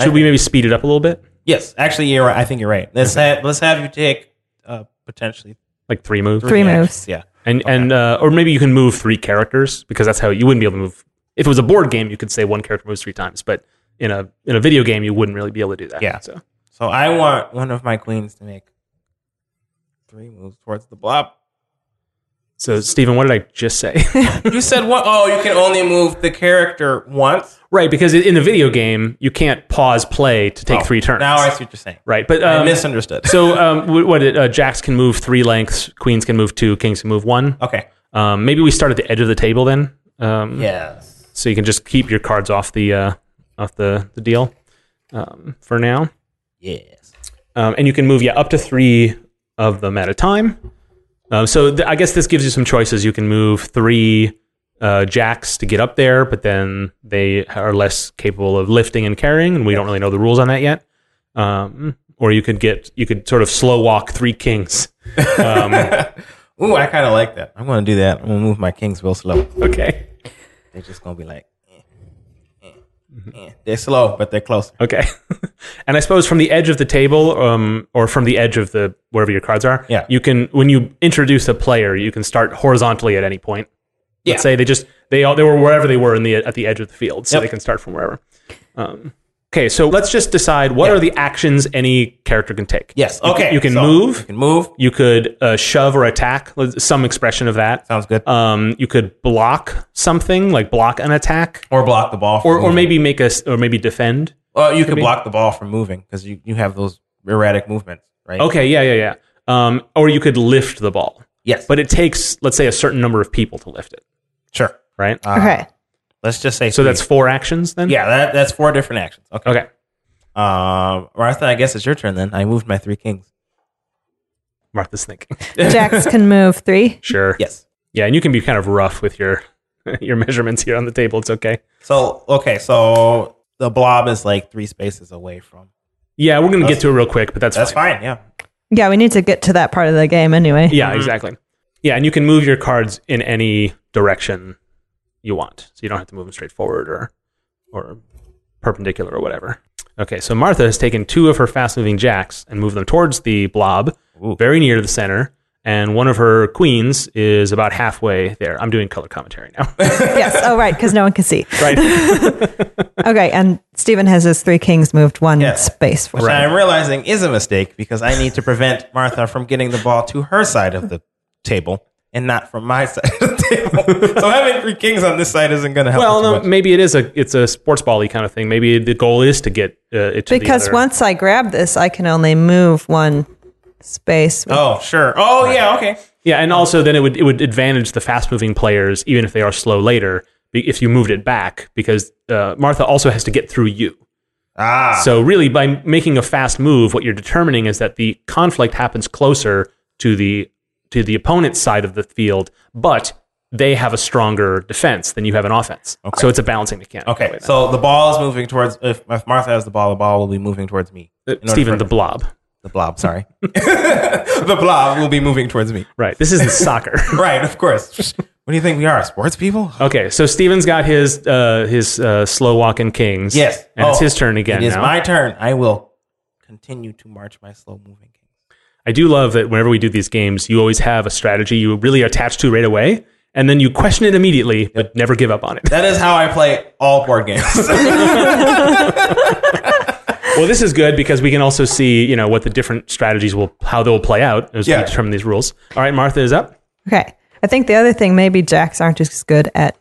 Speaker 1: Should we maybe speed it up a little bit,
Speaker 3: Yes. Actually, you're right. I think you're right. Let's have let's have you take uh, potentially
Speaker 1: like three moves,
Speaker 2: Three
Speaker 3: actions.
Speaker 2: moves.
Speaker 3: Yeah.
Speaker 1: and and uh, or maybe you can move three characters because that's how you wouldn't be able to move. If it was a board game, you could say one character moves three times, but in a in a video game, you wouldn't really be able to do that.
Speaker 3: Yeah.
Speaker 1: So
Speaker 3: So I want one of my queens to make three moves towards the blob.
Speaker 1: so Stephen, what did I just say?
Speaker 3: you said what? Oh, you can only move the character once.
Speaker 1: right, because in the video game you can't pause play to take
Speaker 3: Oh,
Speaker 1: three turns.
Speaker 3: Now I see what you're saying.
Speaker 1: right, but
Speaker 3: I
Speaker 1: um,
Speaker 3: misunderstood.
Speaker 1: so um, wh- what it, uh, jacks can move three lengths, queens can move two, kings can move one.
Speaker 3: okay.
Speaker 1: Um, maybe we start at the edge of the table then. Um,
Speaker 3: Yes.
Speaker 1: so you can just keep your cards off the uh, off the the deal um, for now,
Speaker 3: Yes.
Speaker 1: um, and you can move yeah up to three of them at a time. Um, so th- I guess this gives you some choices. You can move three uh, jacks to get up there, but then they are less capable of lifting and carrying, and we don't really know the rules on that yet. Um, or you could get you could sort of slow walk three kings.
Speaker 3: Ooh, I kind of like that. I'm going to do that. I'm going to move my kings real slow.
Speaker 1: Okay,
Speaker 3: They're just going to be like, eh, eh,
Speaker 1: Mm-hmm.
Speaker 3: eh. they're slow, but they're closer.
Speaker 1: okay. and I suppose from the edge of the table, um, or from the edge of the wherever your cards are,
Speaker 3: Yeah.
Speaker 1: you can when you introduce a player, you can start horizontally at any point.
Speaker 3: Yeah.
Speaker 1: Let's say they just they all they were wherever they were in the at the edge of the field, so
Speaker 3: Yep.
Speaker 1: they can start from wherever. Um, okay, so let's just decide what are the actions any character can take.
Speaker 3: Yes.
Speaker 1: You can-
Speaker 3: Okay.
Speaker 1: you can
Speaker 3: So,
Speaker 1: move.
Speaker 3: You can move.
Speaker 1: You could uh, shove or attack, uh, some expression of that.
Speaker 3: Sounds good.
Speaker 1: Um, you could block something, like block an attack,
Speaker 3: or block the ball. From
Speaker 1: or, or
Speaker 3: moving.
Speaker 1: maybe make us, or maybe defend.
Speaker 3: Well, you can block the ball from moving because you, you have those erratic movements, right?
Speaker 1: Okay, yeah, yeah, yeah. Um, or you could lift the ball,
Speaker 3: Yes.
Speaker 1: but it takes, let's say, a certain number of people to lift it,
Speaker 3: sure.
Speaker 1: right?
Speaker 3: Uh,
Speaker 2: Okay.
Speaker 3: Let's just say
Speaker 1: so that's four actions then.
Speaker 3: yeah. That that's four different actions. Okay.
Speaker 1: Okay.
Speaker 3: Um, Martha, I guess it's your turn then. I moved my three kings.
Speaker 1: Martha's thinking.
Speaker 2: Jacks can move three.
Speaker 1: Sure.
Speaker 3: Yes.
Speaker 1: Yeah, and you can be kind of rough with your your measurements here on the table. It's okay.
Speaker 3: So okay, so the blob is like three spaces away from.
Speaker 1: Yeah, we're gonna get to it real quick, but that's
Speaker 3: That's
Speaker 1: fine.
Speaker 3: fine. Yeah.
Speaker 2: Yeah. We need to get to that part of the game anyway.
Speaker 1: Yeah, exactly. Yeah, and you can move your cards in any direction you want, so you don't have to move them straight forward or or perpendicular or whatever. Okay, so Martha has taken two of her fast-moving jacks and moved them towards the blob,
Speaker 3: Ooh.
Speaker 1: very near the center, and one of her queens is about halfway there. I'm doing color commentary now.
Speaker 2: yes. Oh, right. Because no one can see.
Speaker 1: right.
Speaker 2: Okay. And Stephen has his three kings moved one
Speaker 3: Yeah.
Speaker 2: space for
Speaker 3: Which I'm realizing is a mistake because I need to prevent Martha from getting the ball to her side of the table and not from my side of the table. so having three kings on this side isn't going to help.
Speaker 1: Well,
Speaker 3: too
Speaker 1: no,
Speaker 3: much.
Speaker 1: maybe it is a it's a sports ball-y kind of thing. Maybe the goal is to get uh, it to
Speaker 2: Because
Speaker 1: the other.
Speaker 2: once I grab this, I can only move one space.
Speaker 3: Oh, sure. Oh, yeah. Okay.
Speaker 1: Yeah, and also then it would it would advantage the fast moving players even if they are slow later be- if you moved it back because uh, Martha also has to get through you.
Speaker 3: Ah.
Speaker 1: So really, by making a fast move, what you're determining is that the conflict happens closer to the to the opponent's side of the field, but they have a stronger defense than you have an offense. So it's a balancing mechanic.
Speaker 3: Okay. so the ball is moving towards. If, if Martha has the ball, the ball will be moving towards me. In order
Speaker 1: Stephen,
Speaker 3: for-
Speaker 1: Uh, the blob.
Speaker 3: the blob. Sorry. the blob will be moving towards me.
Speaker 1: Right. This isn't soccer.
Speaker 3: Right. Of course. What do you think we are, sports people?
Speaker 1: Okay, so Steven's got his uh, his uh, slow walking kings.
Speaker 3: Yes.
Speaker 1: and it's
Speaker 3: Oh,
Speaker 1: his turn again
Speaker 3: It is
Speaker 1: now.
Speaker 3: my turn. I will continue to march my slow moving kings.
Speaker 1: I do love that whenever we do these games, you always have a strategy you really attach to right away, and then you question it immediately, but never give up on it.
Speaker 3: That is how I play all board games.
Speaker 1: well, this is good because we can also see you know what the different strategies will how they will play out as
Speaker 3: Yeah.
Speaker 1: we determine these rules. All right, Martha is up.
Speaker 2: Okay. I think the other thing, maybe jacks aren't as good at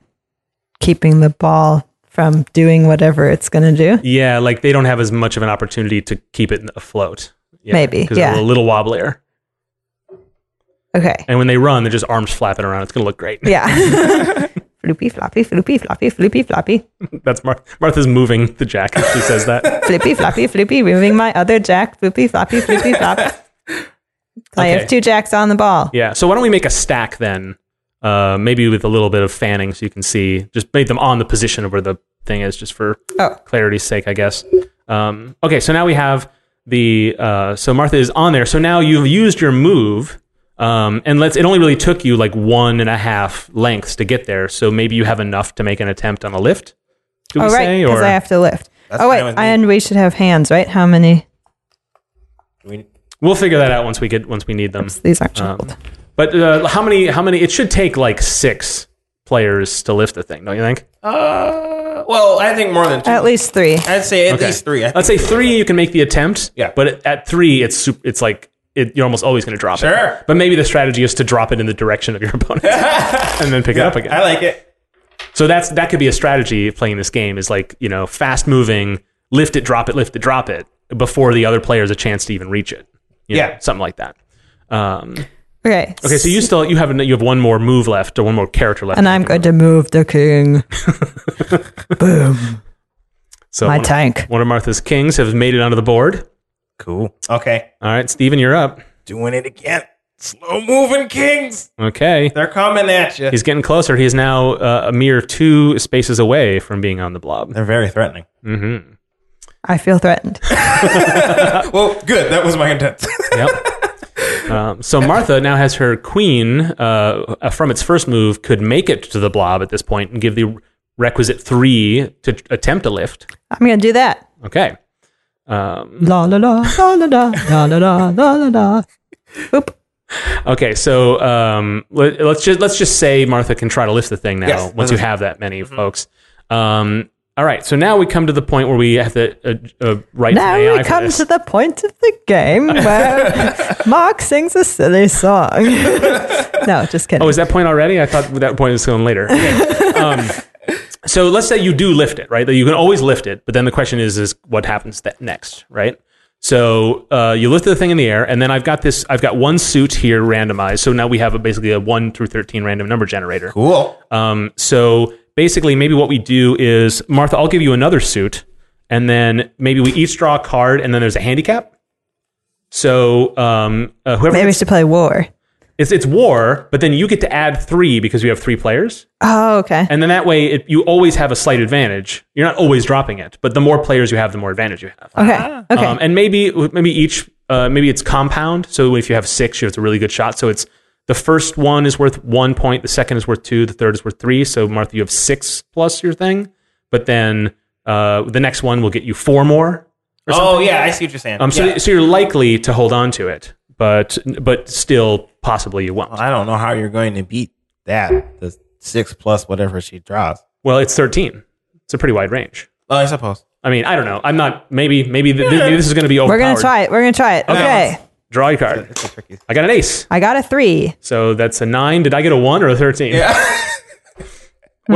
Speaker 2: keeping the ball from doing whatever it's going to do.
Speaker 1: Yeah, like they don't have as much of an opportunity to keep it afloat. Yeah,
Speaker 2: Maybe,
Speaker 1: 'cause they're
Speaker 2: yeah.
Speaker 1: a little wobblier,
Speaker 2: Okay.
Speaker 1: and when they run, they're just arms flapping around. It's gonna look great.
Speaker 2: Yeah. floopy, floppy, floopy, floppy, floopy, floppy,
Speaker 1: That's Mar- Martha's moving the jack. as She says that.
Speaker 2: flippy, floppy, floopy, moving my other jack, floopy, floppy, floopy, flop. I
Speaker 1: Okay.
Speaker 2: have two jacks on the ball.
Speaker 1: Yeah. So why don't we make a stack then? Uh, maybe with a little bit of fanning, so you can see. Just make them on the position of where the thing is, just for
Speaker 2: Oh,
Speaker 1: clarity's sake, I guess. Um, okay, so now we have the uh, so Martha is on there. So now you've used your move, um, and let's. It only really took you like one and a half lengths to get there. So maybe you have enough to make an attempt on a lift. Do we
Speaker 2: oh right,
Speaker 1: say
Speaker 2: because
Speaker 1: or
Speaker 2: I have to lift.
Speaker 3: That's
Speaker 2: oh wait,
Speaker 3: fine with me.
Speaker 2: and we should have hands, right? How many?
Speaker 3: We-
Speaker 1: we'll figure that out once we get once we need them.
Speaker 2: These aren't
Speaker 1: Um,
Speaker 2: shuffled.
Speaker 1: but uh, how many? How many? It should take like six players to lift the thing, don't you think?
Speaker 3: uh, well, I think more than two.
Speaker 2: At least three.
Speaker 3: I'd say at
Speaker 1: Okay.
Speaker 3: least three. I think.
Speaker 1: Let's say three, you can make the attempt.
Speaker 3: Yeah.
Speaker 1: But at- at three, it's sup- it's like it, you're almost always going to drop it.
Speaker 3: Sure.
Speaker 1: But maybe the strategy is to drop it in the direction of your opponent and then pick it up again.
Speaker 3: I like it.
Speaker 1: so that's that could be a strategy of playing this game is like you know fast moving, lift it, drop it, lift it, drop it before the other player has a chance to even reach it. You know,
Speaker 3: Yeah.
Speaker 1: something like that. Um,
Speaker 2: Okay.
Speaker 1: okay, so you still you have you have one more move left or one more character left,
Speaker 2: and I'm going to move the king.
Speaker 1: so
Speaker 2: My
Speaker 1: one of-
Speaker 2: tank.
Speaker 1: One of Martha's kings has made it onto the board.
Speaker 3: Cool. Okay.
Speaker 1: All right, Steven, you're up.
Speaker 3: Doing it again. Slow moving kings.
Speaker 1: Okay.
Speaker 3: They're coming at you.
Speaker 1: He's getting closer. He is now uh, a mere two spaces away from being on the blob.
Speaker 3: They're very threatening.
Speaker 1: Mm-hmm.
Speaker 2: I feel threatened.
Speaker 3: well, good. That was my intent.
Speaker 1: Yep. um, so Martha now has her queen uh, uh, from its first move could make it to the blob at this point and give the requisite three to t- attempt a lift.
Speaker 2: I'm going to do that.
Speaker 1: Okay. Um,
Speaker 2: La la la la la la la la la la la la. Oop.
Speaker 1: okay. So um, let, us just let's just say Martha can try to lift the thing now
Speaker 3: Yes.
Speaker 1: once
Speaker 2: Mm-hmm.
Speaker 1: you have that many folks. Um, all right. So now we come to the point where we have to uh, uh, write
Speaker 2: Now
Speaker 1: an AI
Speaker 2: we
Speaker 1: for
Speaker 2: come
Speaker 1: this.
Speaker 2: to the point of the game where Mark sings a silly song. no, just kidding.
Speaker 1: Oh, is that point already? I thought that point was going later. um, so let's say you do lift it, right? That You can always lift it, but then the question is, is what happens that next, right? So uh, you lift the thing in the air, and then I've got this. I've got one suit here randomized. So now we have a, basically a one through thirteen random number generator.
Speaker 3: cool.
Speaker 1: Um, so basically, maybe what we do is, Martha, I'll give you another suit, and then maybe we each draw a card, and then there's a handicap. So um, uh, whoever
Speaker 2: Maybe we should play war.
Speaker 1: it's it's war, but then you get to add three because you have three players,
Speaker 2: Oh, okay.
Speaker 1: and then that way it, you always have a slight advantage. You're not always dropping it, but the more players you have, the more advantage you have.
Speaker 2: Okay. Okay.
Speaker 1: Um, and maybe maybe each uh, maybe it's compound. So if you have six, you have a really good shot. So it's the first one is worth one point, the second is worth two, the third is worth three. So Martha, you have six plus your thing, but then uh, the next one will get you four more.
Speaker 3: Oh yeah, I see what you're saying.
Speaker 1: Um, so,
Speaker 3: Yeah.
Speaker 1: so you're likely to hold on to it, but but still possibly you won't.
Speaker 3: I don't know how you're going to beat that. The six plus whatever she draws.
Speaker 1: Well, it's 13. It's a pretty wide range.
Speaker 3: Oh, I suppose.
Speaker 1: I mean, I don't know. I'm not. Maybe, maybe, th- th- maybe this is going to be overpowered.
Speaker 2: We're going to try it. We're going to try it. Okay.
Speaker 1: Draw your card.
Speaker 3: It's a tricky.
Speaker 1: I got an ace,
Speaker 2: I got a three.
Speaker 1: so that's a nine. Did I get a one or a thirteen? Yeah.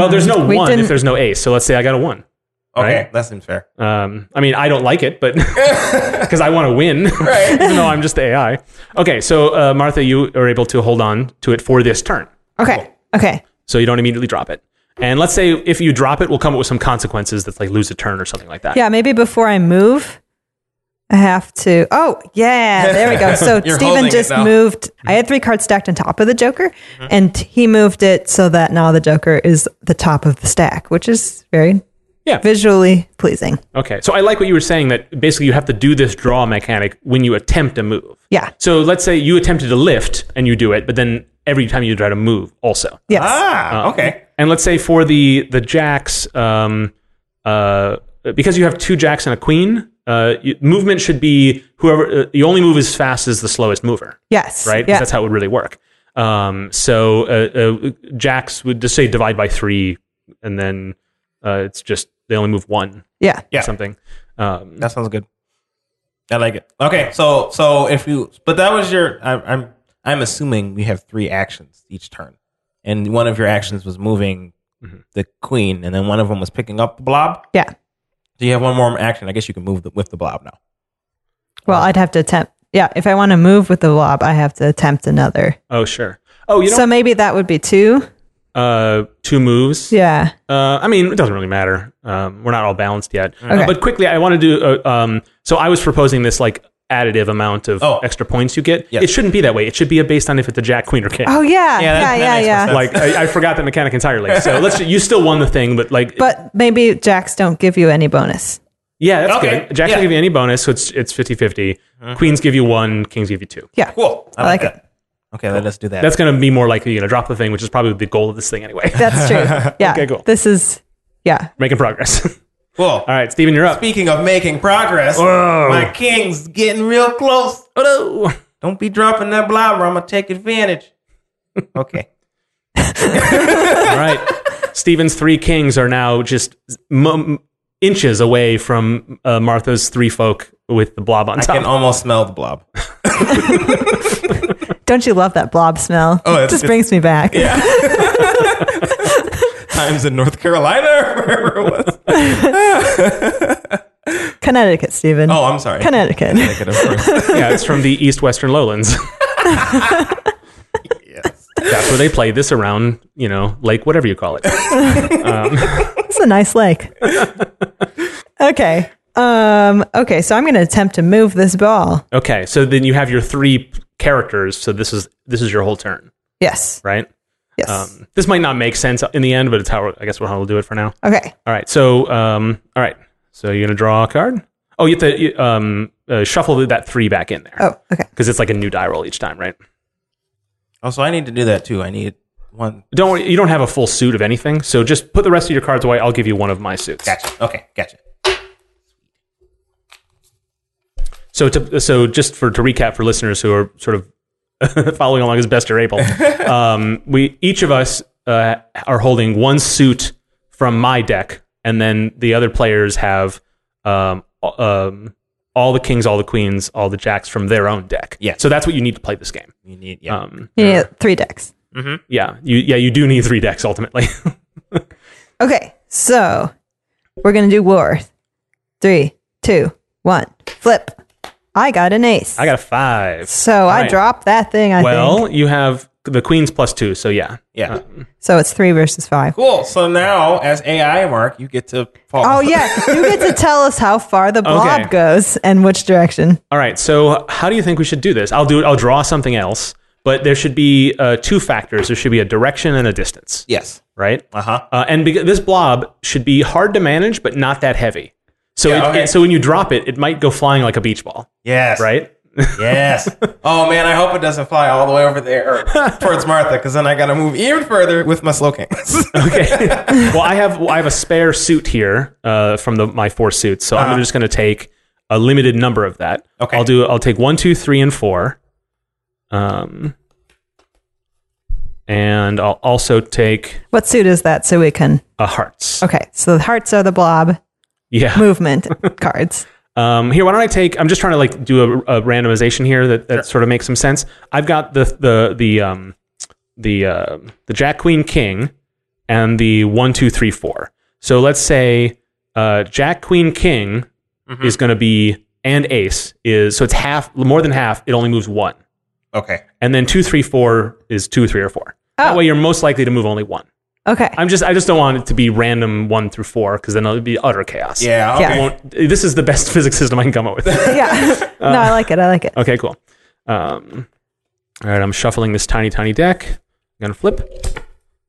Speaker 1: well, there's no
Speaker 2: Mm-hmm. We
Speaker 1: one if
Speaker 2: didn't-
Speaker 1: there's no ace. So let's say I got a one.
Speaker 3: Okay,
Speaker 1: Right?
Speaker 3: that seems fair.
Speaker 1: Um, I mean, I don't like it, but because I want to win, right. even though I'm just the AI. Okay, so uh, Martha, you are able to hold on to it for this turn.
Speaker 2: Okay. Okay.
Speaker 1: so you don't immediately drop it. And let's say if you drop it, we'll come up with some consequences that's like lose a turn or something like that.
Speaker 2: Yeah, maybe before I move, I have to. Oh, yeah, there we go. So
Speaker 3: You're holding
Speaker 2: Steven
Speaker 3: it
Speaker 2: just
Speaker 3: now.
Speaker 2: moved. I had three cards stacked on top of the Joker, and he moved it so that now the Joker is the top of the stack, which is very
Speaker 1: Yeah.
Speaker 2: visually pleasing.
Speaker 1: Okay. So I like what you were saying that basically you have to do this draw mechanic when you attempt a move.
Speaker 2: Yeah.
Speaker 1: So let's say you attempted to lift and you do it, but then every time you try to move also.
Speaker 2: Yes.
Speaker 3: Ah, okay.
Speaker 1: And let's say for the the jacks, um, uh, because you have two jacks and a queen, uh, you, movement should be whoever uh, you only move as fast as the slowest mover,
Speaker 2: yes.
Speaker 1: right? 'Cause
Speaker 2: Yeah.
Speaker 1: That's how it would really work. Um, so uh, uh, jacks would just say divide by three, and then uh, it's just they only move one
Speaker 2: yeah.
Speaker 3: Yeah.
Speaker 1: or something. Um,
Speaker 3: That sounds good. I like it. Okay, so so if you, but that was your. I, I'm I'm assuming we have three actions each turn, and one of your actions was moving the queen, and then one of them was picking up the blob.
Speaker 2: Yeah.
Speaker 3: Do you have one more action? I guess you can move the, with the blob now.
Speaker 2: Well, I'd have to attempt. Yeah. If I want to move with the lob, I have to attempt another.
Speaker 1: oh sure. Oh, you know,
Speaker 2: so maybe that would be two.
Speaker 1: uh, two moves.
Speaker 2: Yeah.
Speaker 1: Uh, I mean, it doesn't really matter. Um, we're not all balanced yet.
Speaker 2: Okay.
Speaker 1: Uh, but quickly, I want to do. Uh, um, so I was proposing this like additive amount of
Speaker 3: Oh.
Speaker 1: extra points you get.
Speaker 3: Yes.
Speaker 1: It shouldn't be that way. It should be based on if it's a jack, queen, or king.
Speaker 2: Oh yeah.
Speaker 3: Yeah,
Speaker 2: Yeah.
Speaker 3: that-
Speaker 2: yeah.
Speaker 3: that makes more
Speaker 2: yeah.
Speaker 3: sense.
Speaker 1: Like I, I forgot that mechanic entirely. So let's. You still won the thing, but like,
Speaker 2: But maybe jacks don't give you any bonus.
Speaker 1: yeah, that's
Speaker 3: Okay.
Speaker 1: good. Jacks
Speaker 3: Yeah. Uh-huh.
Speaker 1: don't give you any bonus, so it's it's 50-50. Queens give you one, kings give you two.
Speaker 2: Yeah.
Speaker 3: Cool.
Speaker 2: I like it.
Speaker 3: Okay, let us do that.
Speaker 1: That's going to be more likely you know drop the thing, which is probably the goal of this thing anyway.
Speaker 2: That's true. Yeah.
Speaker 1: Okay, cool.
Speaker 2: This is. Yeah.
Speaker 1: Making progress.
Speaker 3: cool.
Speaker 1: all right, Steven, you're up.
Speaker 3: Speaking of making progress,
Speaker 1: Whoa.
Speaker 3: my king's getting real close.
Speaker 1: Oh, no.
Speaker 3: Don't be dropping that blob, or I'm gonna take advantage. Okay.
Speaker 1: All right. Stephen's three kings are now just m- m- inches away from uh, Martha's three folk with the blob on
Speaker 3: I
Speaker 1: top.
Speaker 3: can almost smell the blob.
Speaker 2: Don't you love that blob smell?
Speaker 3: Oh,
Speaker 2: it
Speaker 3: it's-
Speaker 2: just brings me back.
Speaker 3: Times in North Carolina, or wherever it was.
Speaker 2: Connecticut, Stephen.
Speaker 3: Oh, I'm sorry.
Speaker 2: Connecticut.
Speaker 3: Connecticut, of course.
Speaker 1: yeah, it's from the East Western Lowlands.
Speaker 3: yes.
Speaker 1: That's where they play this around, you know, lake, whatever you call it.
Speaker 2: It's a nice lake. okay. Um, okay, so I'm going to attempt to move this ball.
Speaker 1: Okay, so then you have your three characters. So this is this is your whole turn,
Speaker 2: Yes.
Speaker 1: right?
Speaker 2: Yes.
Speaker 1: Um, this might not make sense in the end, but it's how I guess how we'll do it for now.
Speaker 2: okay.
Speaker 1: All right. So, um, all right. So you're gonna draw a card. Oh, you have to you, um, uh, shuffle that three back in there
Speaker 2: Oh, okay.
Speaker 1: because it's like a new die roll each time, right?
Speaker 3: Also, Oh, I need to do that too. I need one.
Speaker 1: Don't worry, you don't have a full suit of anything, so just put the rest of your cards away. I'll give you one of my suits.
Speaker 3: Gotcha. Okay, gotcha.
Speaker 1: So, to, so just for to recap for listeners who are sort of following along as best you're able, um, we each of us uh, are holding one suit from my deck, and then the other players have um, a- um, all the kings, all the queens, all the jacks from their own deck.
Speaker 3: Yeah.
Speaker 1: So that's what you need to play this game.
Speaker 3: You need yeah.
Speaker 1: Um,
Speaker 2: You need three decks.
Speaker 1: yeah. You yeah you do need three decks ultimately.
Speaker 2: Okay, so we're going to do war. Three, two, one, flip. I got an ace.
Speaker 1: I got a five.
Speaker 2: so I
Speaker 1: right.
Speaker 2: dropped that thing, I think.
Speaker 1: Well, you have the queens plus two, so yeah.
Speaker 3: yeah.
Speaker 2: So it's three versus five.
Speaker 3: cool. So now, as AI Mark, you get to fall.
Speaker 2: Oh, yeah. you get to tell us how far the blob
Speaker 1: Okay.
Speaker 2: goes and which direction.
Speaker 1: All right. So, how do you think we should do this? I'll do. I'll draw something else, but there should be uh, two factors. There should be a direction and a distance,
Speaker 3: Yes.
Speaker 1: right?
Speaker 3: Uh-huh.
Speaker 1: Uh, and beca- this blob should be hard to manage, but not that heavy. So,
Speaker 3: Yeah,
Speaker 1: it,
Speaker 3: okay.
Speaker 1: it- so when you drop it, it might go flying like a beach ball,
Speaker 3: Yes.
Speaker 1: right?
Speaker 3: Yes. oh man, I hope it doesn't fly all the way over there or towards Martha, because then I gotta move even further with my slow kings.
Speaker 1: okay. well, I have I have a spare suit here uh, from the my four suits, so I'm just going to take a limited number of that.
Speaker 3: Uh-huh. Okay.
Speaker 1: I'll do. I'll take one, two, three, and four. Um. And I'll also take
Speaker 2: What suit is that so we can?
Speaker 1: a hearts.
Speaker 2: Okay, so the hearts are the blob
Speaker 1: Yeah.
Speaker 2: movement cards.
Speaker 1: Um, here, why don't I take? I'm just trying to like do a, a randomization here that, that sort of makes some sense. I've got the the the um, the uh, the Jack Queen King and the one two three four. So let's say uh, Jack Queen King is going to be and Ace is so it's half more than half. It only moves one,
Speaker 3: okay.
Speaker 1: and then two three four is two three or four. That
Speaker 2: Oh.
Speaker 1: way, you're most likely to move only one.
Speaker 2: Okay.
Speaker 1: I'm just I just don't want it to be random one through four because then it'll be utter chaos.
Speaker 3: Yeah.
Speaker 1: I
Speaker 3: Okay.
Speaker 2: Yeah.
Speaker 1: won't- this is the best physics system I Uh, can come up with.
Speaker 2: yeah. no, I like it. I like it.
Speaker 1: Okay, cool. Um, all right, I'm shuffling this tiny, tiny deck. I'm gonna flip.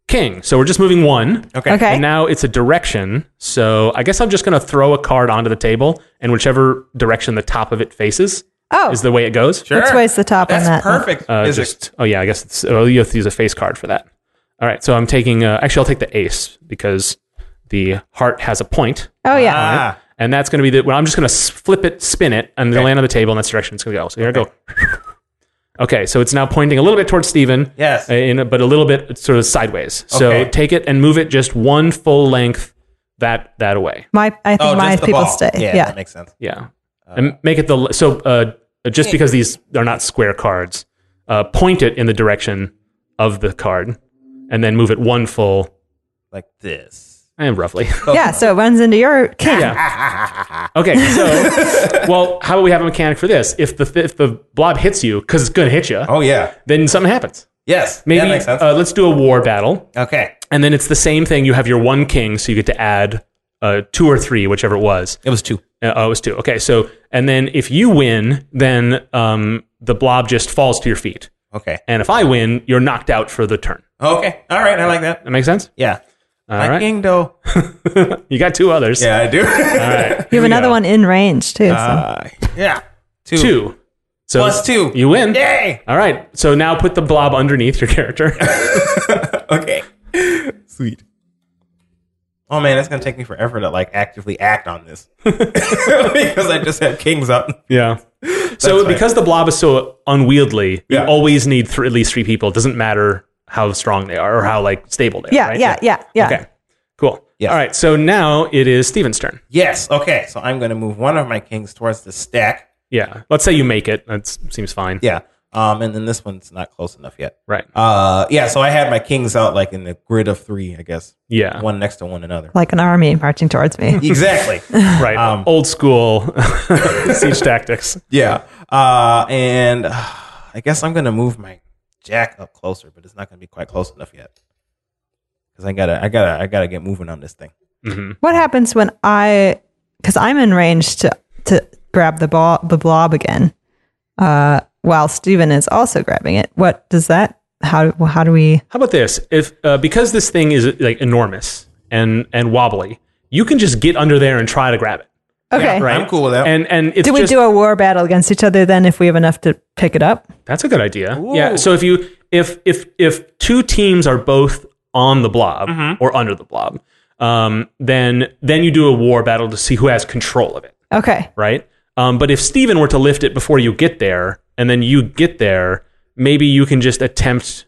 Speaker 1: king. So we're just moving one.
Speaker 3: Okay.
Speaker 2: Okay.
Speaker 1: And now it's a direction. So I guess I'm just going to throw a card onto the table, and whichever direction the top of it faces
Speaker 2: Oh,
Speaker 1: is the way it goes.
Speaker 3: Sure.
Speaker 2: Which way's the top on
Speaker 3: That's
Speaker 2: that?
Speaker 3: perfect.
Speaker 1: Uh,
Speaker 3: Is it-
Speaker 1: just oh yeah, I guess it's, oh, you have to use a face card for that. All right, so I'm taking uh, actually I'll take the ace because the heart has a point,
Speaker 2: oh yeah.
Speaker 3: ah,
Speaker 1: and that's going to be the. Well, I'm just going to flip it, spin it, and it'll land on the table, and that's the direction it's going to go. So here I go. okay, so it's now pointing a little bit towards Steven,
Speaker 3: yes.
Speaker 1: uh, in a, but a little bit sort of sideways. So
Speaker 3: Okay.
Speaker 1: take it and move it just one full length that that away.
Speaker 2: My, I think
Speaker 3: oh,
Speaker 2: my
Speaker 3: just the
Speaker 2: people
Speaker 3: ball.
Speaker 2: stay.
Speaker 3: Yeah,
Speaker 2: Yeah.
Speaker 3: that makes sense.
Speaker 1: Yeah,
Speaker 3: Uh.
Speaker 1: and make it the l- so uh, just because these are not square cards, uh, point it in the direction of the card, and then move it one full
Speaker 3: Like this.
Speaker 1: and roughly.
Speaker 2: yeah. So it runs into your king.
Speaker 1: yeah. Okay. So, well, how about we have a mechanic for this? If the if the blob hits you, because it's gonna hit you,
Speaker 3: Oh yeah.
Speaker 1: then something happens.
Speaker 3: Yes.
Speaker 1: Maybe
Speaker 3: that makes sense.
Speaker 1: Uh, let's do a war battle,
Speaker 3: okay.
Speaker 1: and then it's the same thing. You have your one king, so you get to add uh, two or three, whichever it was.
Speaker 3: It was two.
Speaker 1: Uh, oh, it was two. Okay, so and then if you win, then um, the blob just falls to your feet,
Speaker 3: Okay.
Speaker 1: and if I win, you're knocked out for the turn.
Speaker 3: Okay. All right. I like that.
Speaker 1: That makes sense.
Speaker 3: Yeah.
Speaker 1: All
Speaker 3: My
Speaker 1: right,
Speaker 3: king though.
Speaker 1: you got two others.
Speaker 3: Yeah, I do.
Speaker 2: You have another one in range too. So.
Speaker 3: Uh, yeah. Two.
Speaker 1: Two. So
Speaker 3: Plus two.
Speaker 1: You win.
Speaker 3: Yay.
Speaker 1: All right. So now put the blob underneath your character.
Speaker 3: Okay. Sweet. Oh man, it's gonna take me forever to like actively act on this because I just have kings up.
Speaker 1: yeah. So
Speaker 3: fine.
Speaker 1: because the blob is so unwieldy,
Speaker 3: Yeah.
Speaker 1: you always need th- at least three people. It doesn't matter how strong they are or how like stable they
Speaker 2: yeah,
Speaker 1: are. right?
Speaker 2: yeah. Yeah. Yeah.
Speaker 1: Okay. Cool.
Speaker 3: Yes.
Speaker 1: All right. So now it is Steven's turn.
Speaker 3: Yes. Okay. So I'm gonna move one of my kings towards the stack.
Speaker 1: Yeah. Let's say you make it. That s- seems fine.
Speaker 3: Yeah. Um, and then this one's not close enough yet.
Speaker 1: Right.
Speaker 3: Uh, yeah. So I had my kings out like in the grid of three, I guess,
Speaker 1: Yeah.
Speaker 3: one next to one another.
Speaker 2: Like an army marching towards me.
Speaker 3: Exactly.
Speaker 1: right.
Speaker 3: um,
Speaker 1: Old school siege tactics.
Speaker 3: Yeah. Uh, and uh, I guess I'm gonna move my jack up closer, but it's not gonna be quite close enough yet. Cause I gotta, I gotta, I gotta get moving on this thing.
Speaker 1: Mhm.
Speaker 2: what happens when I? Because I'm in range to to grab the ball the blob again, uh, while Steven is also grabbing it. What does that? How how do we?
Speaker 1: How about this? If uh, because this thing is like enormous and and wobbly, you can just get under there and try to grab it.
Speaker 2: Okay.
Speaker 1: Right.
Speaker 3: I'm cool with that.
Speaker 1: And and it's
Speaker 2: Do we
Speaker 1: just,
Speaker 2: do a war battle against each other then if we have enough to pick it up?
Speaker 1: That's a good idea. Yeah. So if you if if if two teams are both on the blob or under the blob, um, then then you do a war battle to see who has control of it,
Speaker 2: Okay.
Speaker 1: right? Um, but if Steven were to lift it before you get there, and then you get there, maybe you can just attempt.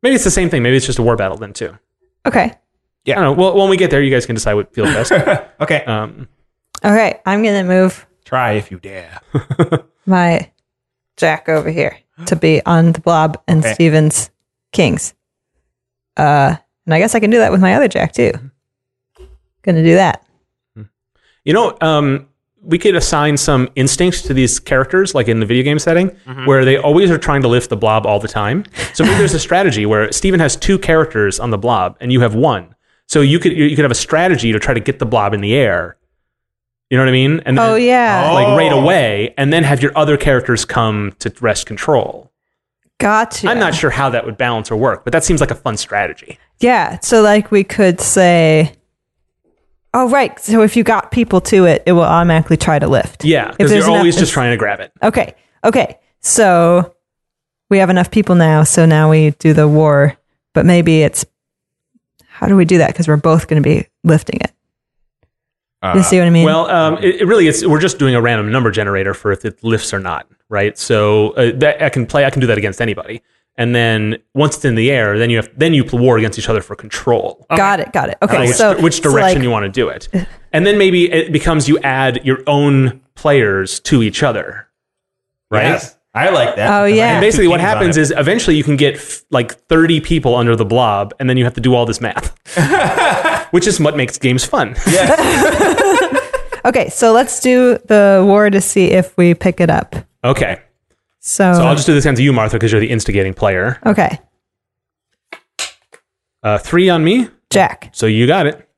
Speaker 1: Maybe it's the same thing. Maybe it's just a war battle then too.
Speaker 2: Okay.
Speaker 1: I don't know. Well, when we get there, you guys can decide what feels best.
Speaker 3: okay.
Speaker 1: um,
Speaker 2: Okay. I'm gonna move
Speaker 3: Try if you dare.
Speaker 2: my jack over here to be on the blob and
Speaker 3: Okay.
Speaker 2: Steven's kings. Uh and I guess I can do that with my other jack too. Gonna do that.
Speaker 1: You know, um, we could assign some instincts to these characters, like in the video game setting, where they always are trying to lift the blob all the time. So maybe there's a strategy where Steven has two characters on the blob and you have one. So you could you could have a strategy to try to get the blob in the air. You know what I mean? And then,
Speaker 2: Oh yeah.
Speaker 3: Oh.
Speaker 1: like right away, and then have your other characters come to rest control.
Speaker 2: Gotcha.
Speaker 1: I'm not sure how that would balance or work, but that seems like a fun strategy.
Speaker 2: Yeah. So like we could say Oh right. So if you got people to it, it will automatically try to lift.
Speaker 1: Yeah,
Speaker 2: If
Speaker 1: because
Speaker 2: there's
Speaker 1: you're always
Speaker 2: enough-
Speaker 1: just trying to grab it.
Speaker 2: Okay. Okay. So we have enough people now. So now we do the war, but maybe it's how do we do that? Because we're both going to be lifting it. you see what I mean?
Speaker 1: Uh, Well, um, it, it really it's we're just doing a random number generator for if it lifts or not, right? So uh, that I can play, I can do that against anybody, and then once it's in the air, then you have then you pl- war against each other for control.
Speaker 2: got it. Got it.
Speaker 1: So
Speaker 2: Okay.
Speaker 1: which,
Speaker 2: So
Speaker 1: which
Speaker 2: so,
Speaker 1: direction
Speaker 2: like,
Speaker 1: you want to do it, and then maybe it becomes you add your own players to each other, right?
Speaker 3: Yes. I like that.
Speaker 2: Oh,
Speaker 3: because I
Speaker 2: yeah.
Speaker 3: have
Speaker 2: And
Speaker 3: two
Speaker 1: Basically, what
Speaker 3: kings on
Speaker 1: happens
Speaker 3: it.
Speaker 1: is eventually you can get f- like 30 people under the blob, and then you have to do all this math, which is what makes games fun.
Speaker 2: Okay. So let's do the war to see if we pick it up.
Speaker 1: Okay.
Speaker 2: So,
Speaker 1: So I'll just do this hand to you, Martha, because you're the instigating player.
Speaker 2: okay.
Speaker 1: Uh, three on me.
Speaker 2: Jack.
Speaker 1: So you got it.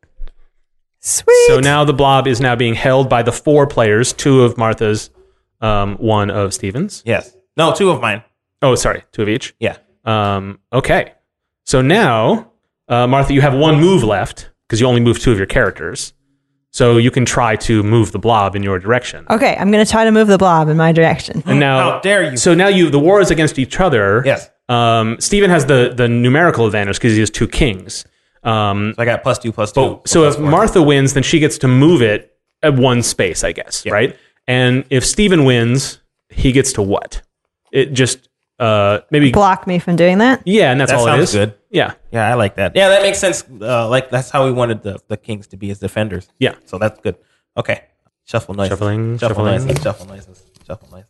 Speaker 2: Sweet.
Speaker 1: So now the blob is now being held by the four players, two of Martha's, um, one of Steven's.
Speaker 3: yes. No, two of mine.
Speaker 1: Oh, sorry, two of each.
Speaker 3: Yeah.
Speaker 1: Um, okay. So now Uh, Martha, you have one move left because you only move two of your characters. So you can try to move the blob in your direction.
Speaker 2: Okay, I'm going to try to move the blob in my direction.
Speaker 1: And now,
Speaker 3: Oh. How dare you.
Speaker 1: So now you the war is against each other.
Speaker 3: Yes.
Speaker 1: Um, Stephen has the the numerical advantage because he has two kings. Um,
Speaker 3: So I got plus two, plus two.
Speaker 1: but so if Martha wins, then she gets to move it at one space, I guess, right? And if Stephen wins, he gets to what? It just uh, maybe
Speaker 2: Block me from doing that.
Speaker 1: yeah, and that's
Speaker 3: That
Speaker 1: all it
Speaker 3: sounds
Speaker 1: is.
Speaker 3: good.
Speaker 1: Yeah,
Speaker 3: yeah, I like that. Yeah, that makes sense. Uh, like that's how we wanted the, the kings to be as defenders.
Speaker 1: Yeah.
Speaker 3: So that's good. Okay. Shuffle noises.
Speaker 1: Shuffling,
Speaker 3: Shuffle
Speaker 1: shuffling.
Speaker 3: noises. Shuffle noises. Shuffle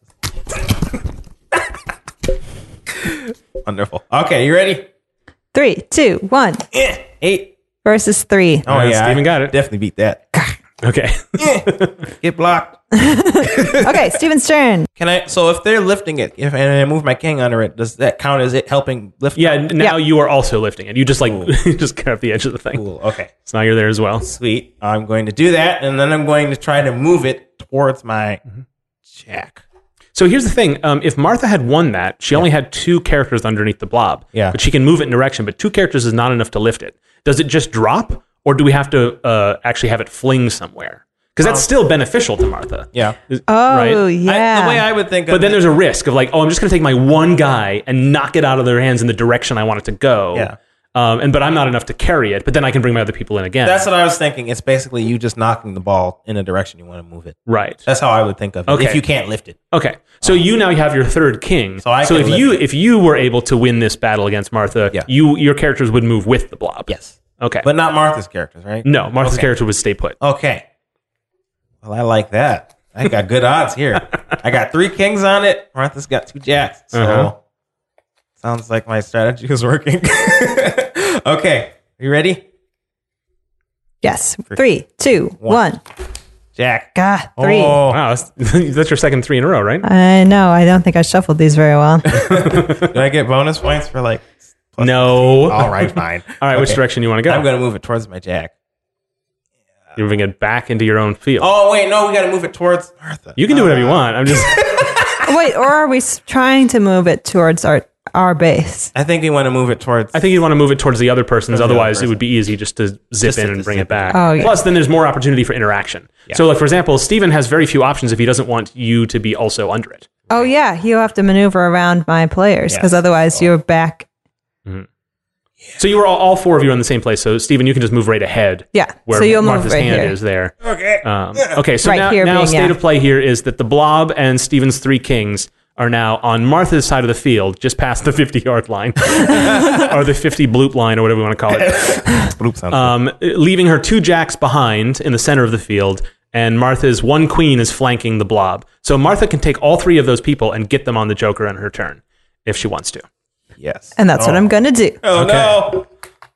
Speaker 3: noises. Wonderful. Okay, you ready?
Speaker 2: Three, two, one.
Speaker 3: Eh, Eight.
Speaker 2: Versus three.
Speaker 3: Oh
Speaker 1: Alright,
Speaker 3: yeah,
Speaker 1: Steven
Speaker 3: I
Speaker 1: got it.
Speaker 3: Definitely beat that.
Speaker 1: okay.
Speaker 3: Get blocked.
Speaker 2: Okay, Steven's turn.
Speaker 3: Can I? So if they're lifting it, if and I move my king under it, does that count as it helping lift?
Speaker 1: yeah,
Speaker 3: it?
Speaker 1: n- now
Speaker 2: Yeah.
Speaker 1: you are also lifting it. You just like you just cut off the edge of the thing.
Speaker 3: Cool. Okay.
Speaker 1: So now you're there as well.
Speaker 3: Sweet. I'm going to do that, and then I'm going to try to move it towards my jack.
Speaker 1: So here's the thing: um, if Martha had won that, she only had two characters underneath the blob.
Speaker 3: Yeah.
Speaker 1: but she can move it in direction, but two characters is not enough to lift it. Does it just drop, or do we have to uh, actually have it fling somewhere? Because that's still beneficial to Martha.
Speaker 3: Yeah.
Speaker 1: Is-
Speaker 2: Oh,
Speaker 1: right.
Speaker 2: yeah.
Speaker 3: I, the way I would think of
Speaker 1: But then
Speaker 3: it,
Speaker 1: there's a risk of like, oh, I'm just going to take my one guy and knock it out of their hands in the direction I want it to go.
Speaker 3: Yeah.
Speaker 1: Um, and but I'm not enough to carry it. But then I can bring my other people in again.
Speaker 3: that's what I was thinking. It's basically you just knocking the ball in a direction you want to move it.
Speaker 1: right.
Speaker 3: That's how I would think of it.
Speaker 1: Okay.
Speaker 3: If you can't lift it.
Speaker 1: Okay, so you now have your third king.
Speaker 3: So I can
Speaker 1: if
Speaker 3: lift
Speaker 1: you if you were able to win this battle against Martha,
Speaker 3: Yeah.
Speaker 1: you your characters would move with the blob.
Speaker 3: Yes.
Speaker 1: Okay.
Speaker 3: But not Martha's characters, right?
Speaker 1: no, Martha's
Speaker 3: Okay.
Speaker 1: character would stay put.
Speaker 3: Okay. Well, I like that. I got good odds here. I got three kings on it. Martha's got two jacks. So
Speaker 1: Uh-huh.
Speaker 3: sounds like my strategy is working. okay. You ready?
Speaker 2: Yes. Three, two,
Speaker 3: One.
Speaker 2: one.
Speaker 3: Jack.
Speaker 2: Gah, three.
Speaker 3: Oh,
Speaker 1: Wow, that's, that's your second three in a row, right?
Speaker 2: I know. I don't think I shuffled these very well.
Speaker 3: do I get bonus points for like? plus-
Speaker 1: No.
Speaker 3: All right, fine.
Speaker 1: All right, which direction you want to go?
Speaker 3: I'm gonna move it towards my jack.
Speaker 1: You're moving it back into your own field.
Speaker 3: Oh Uh. wait, no, we gotta move it towards Martha.
Speaker 1: You can do whatever you want. I'm just
Speaker 2: Wait, or are we s- trying to move it towards our our base?
Speaker 3: I think we want to move it towards.
Speaker 1: I think you want to move it towards the other person's.
Speaker 3: other
Speaker 1: Otherwise, it
Speaker 3: person.
Speaker 1: would be easy just to zip
Speaker 3: Just
Speaker 1: in
Speaker 3: to
Speaker 1: and bring
Speaker 3: zip
Speaker 1: it back.
Speaker 2: it. Oh, yeah.
Speaker 1: Plus, then there's more opportunity for interaction. So, like for example, Steven has very few options if he doesn't want you to be also under it.
Speaker 2: Oh yeah, you have to maneuver around my players because
Speaker 3: Yes.
Speaker 2: otherwise you're back.
Speaker 1: So you were all, all four of you are in the same place. So Stephen, you can just move right ahead.
Speaker 2: Yeah.
Speaker 1: Where
Speaker 2: So you'll move
Speaker 1: Martha's
Speaker 2: right
Speaker 1: hand
Speaker 2: here.
Speaker 1: is there.
Speaker 3: okay.
Speaker 1: Um, okay. So
Speaker 2: Right
Speaker 1: now,
Speaker 2: here
Speaker 1: now
Speaker 2: being-
Speaker 1: state
Speaker 2: yeah.
Speaker 1: of play here is that the blob and Stephen's three kings are now on Martha's side of the field, just past the 50 yard line or the 50 bloop line or whatever we want to call it,
Speaker 3: Bloop sounds
Speaker 1: um, leaving her two jacks behind in the center of the field. And Martha's one queen is flanking the blob. So Martha can take all three of those people and get them on the Joker on her turn if she wants to.
Speaker 3: good. yes.
Speaker 2: And that's what
Speaker 3: Oh.
Speaker 2: I'm gonna do.
Speaker 3: Oh
Speaker 1: Okay. Um,
Speaker 3: no!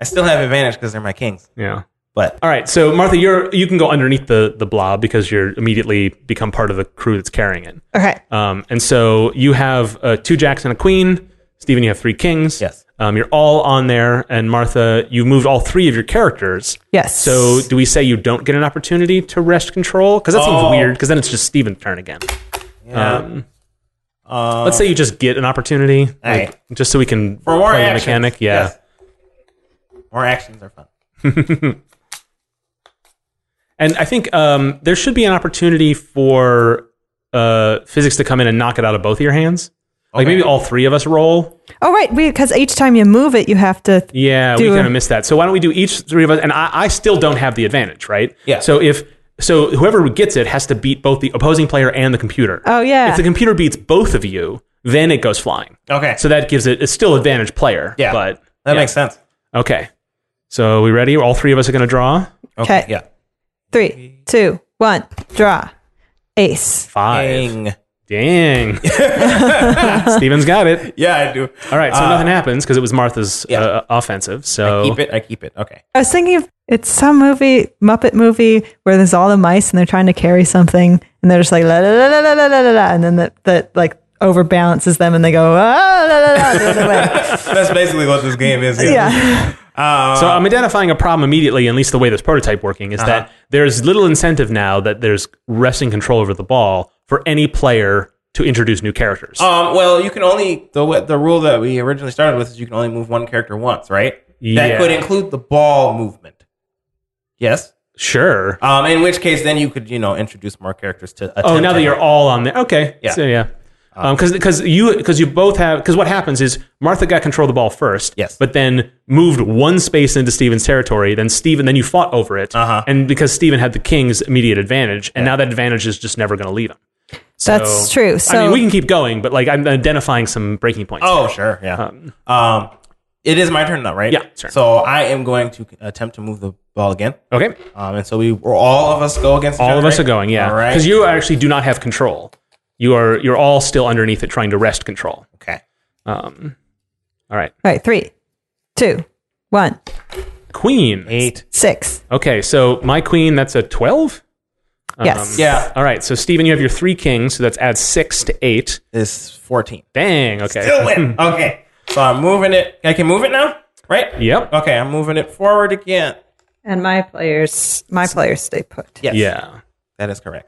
Speaker 3: I still have advantage because they're my kings.
Speaker 1: Yeah.
Speaker 3: But
Speaker 1: All right, so Martha, you're you can go underneath the the blob because you're immediately become part of the crew that's carrying it.
Speaker 2: Okay.
Speaker 1: Um, and so you have uh, two jacks and a queen. Stephen, you have three kings.
Speaker 3: Yes.
Speaker 1: Um, you're all on there, and Martha, you moved all three of your characters.
Speaker 2: Yes.
Speaker 1: So do we say you don't get an opportunity to rest control? Because that
Speaker 3: Oh.
Speaker 1: seems weird. Because then it's just Stephen's turn again.
Speaker 3: Yeah.
Speaker 1: Um, let's say you just get an opportunity, like,
Speaker 3: right.
Speaker 1: just so we can
Speaker 3: Uh. for more
Speaker 1: play the
Speaker 3: actions,
Speaker 1: mechanic. Yeah.
Speaker 3: yes. more actions are fun.
Speaker 1: And I think um, there should be an opportunity for uh, physics to come in and knock it out of both of your hands. Like
Speaker 3: Okay.
Speaker 1: maybe all three of us roll.
Speaker 2: Oh right, because each time you move it, you have to.
Speaker 1: Yeah,
Speaker 2: Do
Speaker 1: we
Speaker 2: it.
Speaker 1: kind of missed that. So why don't we do each three of us? And I, I still don't have the advantage, right?
Speaker 3: Yeah.
Speaker 1: So if so, whoever gets it has to beat both the opposing player and the computer.
Speaker 2: Oh yeah.
Speaker 1: If the computer beats both of you, then it goes flying.
Speaker 3: Okay,
Speaker 1: So that gives it it's still advantage player.
Speaker 3: Yeah.
Speaker 1: But
Speaker 3: that
Speaker 1: yeah.
Speaker 3: makes sense.
Speaker 1: okay. So we ready? All three of us are going to draw
Speaker 2: Okay.
Speaker 3: yeah.
Speaker 2: Three, two, one. Draw. Ace.
Speaker 1: five.
Speaker 3: Dang.
Speaker 1: Dang. Steven's got it.
Speaker 3: Yeah, I do.
Speaker 1: All right, so
Speaker 3: Uh,
Speaker 1: nothing happens because it was Martha's
Speaker 3: yeah.
Speaker 1: uh, offensive. So
Speaker 3: Keep it. I keep it. Okay.
Speaker 2: I was thinking of it's some movie, Muppet movie, where there's all the mice and they're trying to carry something, and they're just like la la la la la la la, la la, and then that that like overbalances them, and they go ah la la la the other way.
Speaker 3: That's basically what this game is.
Speaker 2: Yeah.
Speaker 1: so I'm identifying a problem immediately. At least the way this prototype working is
Speaker 3: Uh-huh.
Speaker 1: that there's little incentive now that there's resting control over the ball for any player to introduce new
Speaker 3: Oh.
Speaker 1: characters.
Speaker 3: Um. Well, you can only the wa- the rule that we originally started with is you can only move one character once, right? that
Speaker 1: Yeah.
Speaker 3: could include the ball movement. Yes.
Speaker 1: Sure.
Speaker 3: Um, in which case, then you could you know introduce more characters to.
Speaker 1: Oh,
Speaker 3: attempt
Speaker 1: now that
Speaker 3: it.
Speaker 1: you're all on there. Okay.
Speaker 3: Yeah. Uh,
Speaker 1: So, yeah. Because because you because you both have because what happens is Martha got control of the ball first.
Speaker 3: Yes.
Speaker 1: But then moved one space into Steven's territory. Then Steven, then you fought over it.
Speaker 3: Uh-huh.
Speaker 1: And because Steven had the king's immediate advantage, and now that advantage is just never going to leave him. So,
Speaker 2: That's true.
Speaker 1: I mean,
Speaker 2: So-
Speaker 1: we can keep going, but like I'm identifying some breaking points.
Speaker 3: Oh, sure. Yeah. Um, it is my turn now, right?
Speaker 1: Yeah, sure.
Speaker 3: So I am going to attempt to move the ball again.
Speaker 1: Okay.
Speaker 3: Um, and so we or all of us go against each
Speaker 1: All of
Speaker 3: other,
Speaker 1: us are
Speaker 3: right?
Speaker 1: going. Yeah.
Speaker 3: All right.
Speaker 1: Because you actually do not have control. You are you're all still underneath it, trying to wrest control.
Speaker 3: okay.
Speaker 1: Um. All right.
Speaker 2: All right, three, two, one,
Speaker 1: Queen.
Speaker 3: Eight.
Speaker 2: six.
Speaker 1: Okay, so my queen, that's a 12? Um,
Speaker 2: yes.
Speaker 3: Yeah.
Speaker 1: All right, so Steven, you have your three kings, so that's add six to eight.
Speaker 3: Is fourteen.
Speaker 1: Dang, okay.
Speaker 3: Still win. okay. So I'm moving it. I can move it now, right?
Speaker 1: Yep.
Speaker 3: Okay. I'm moving it forward again.
Speaker 2: And my players, my players stay put.
Speaker 3: Yes.
Speaker 1: Yeah.
Speaker 3: That is correct.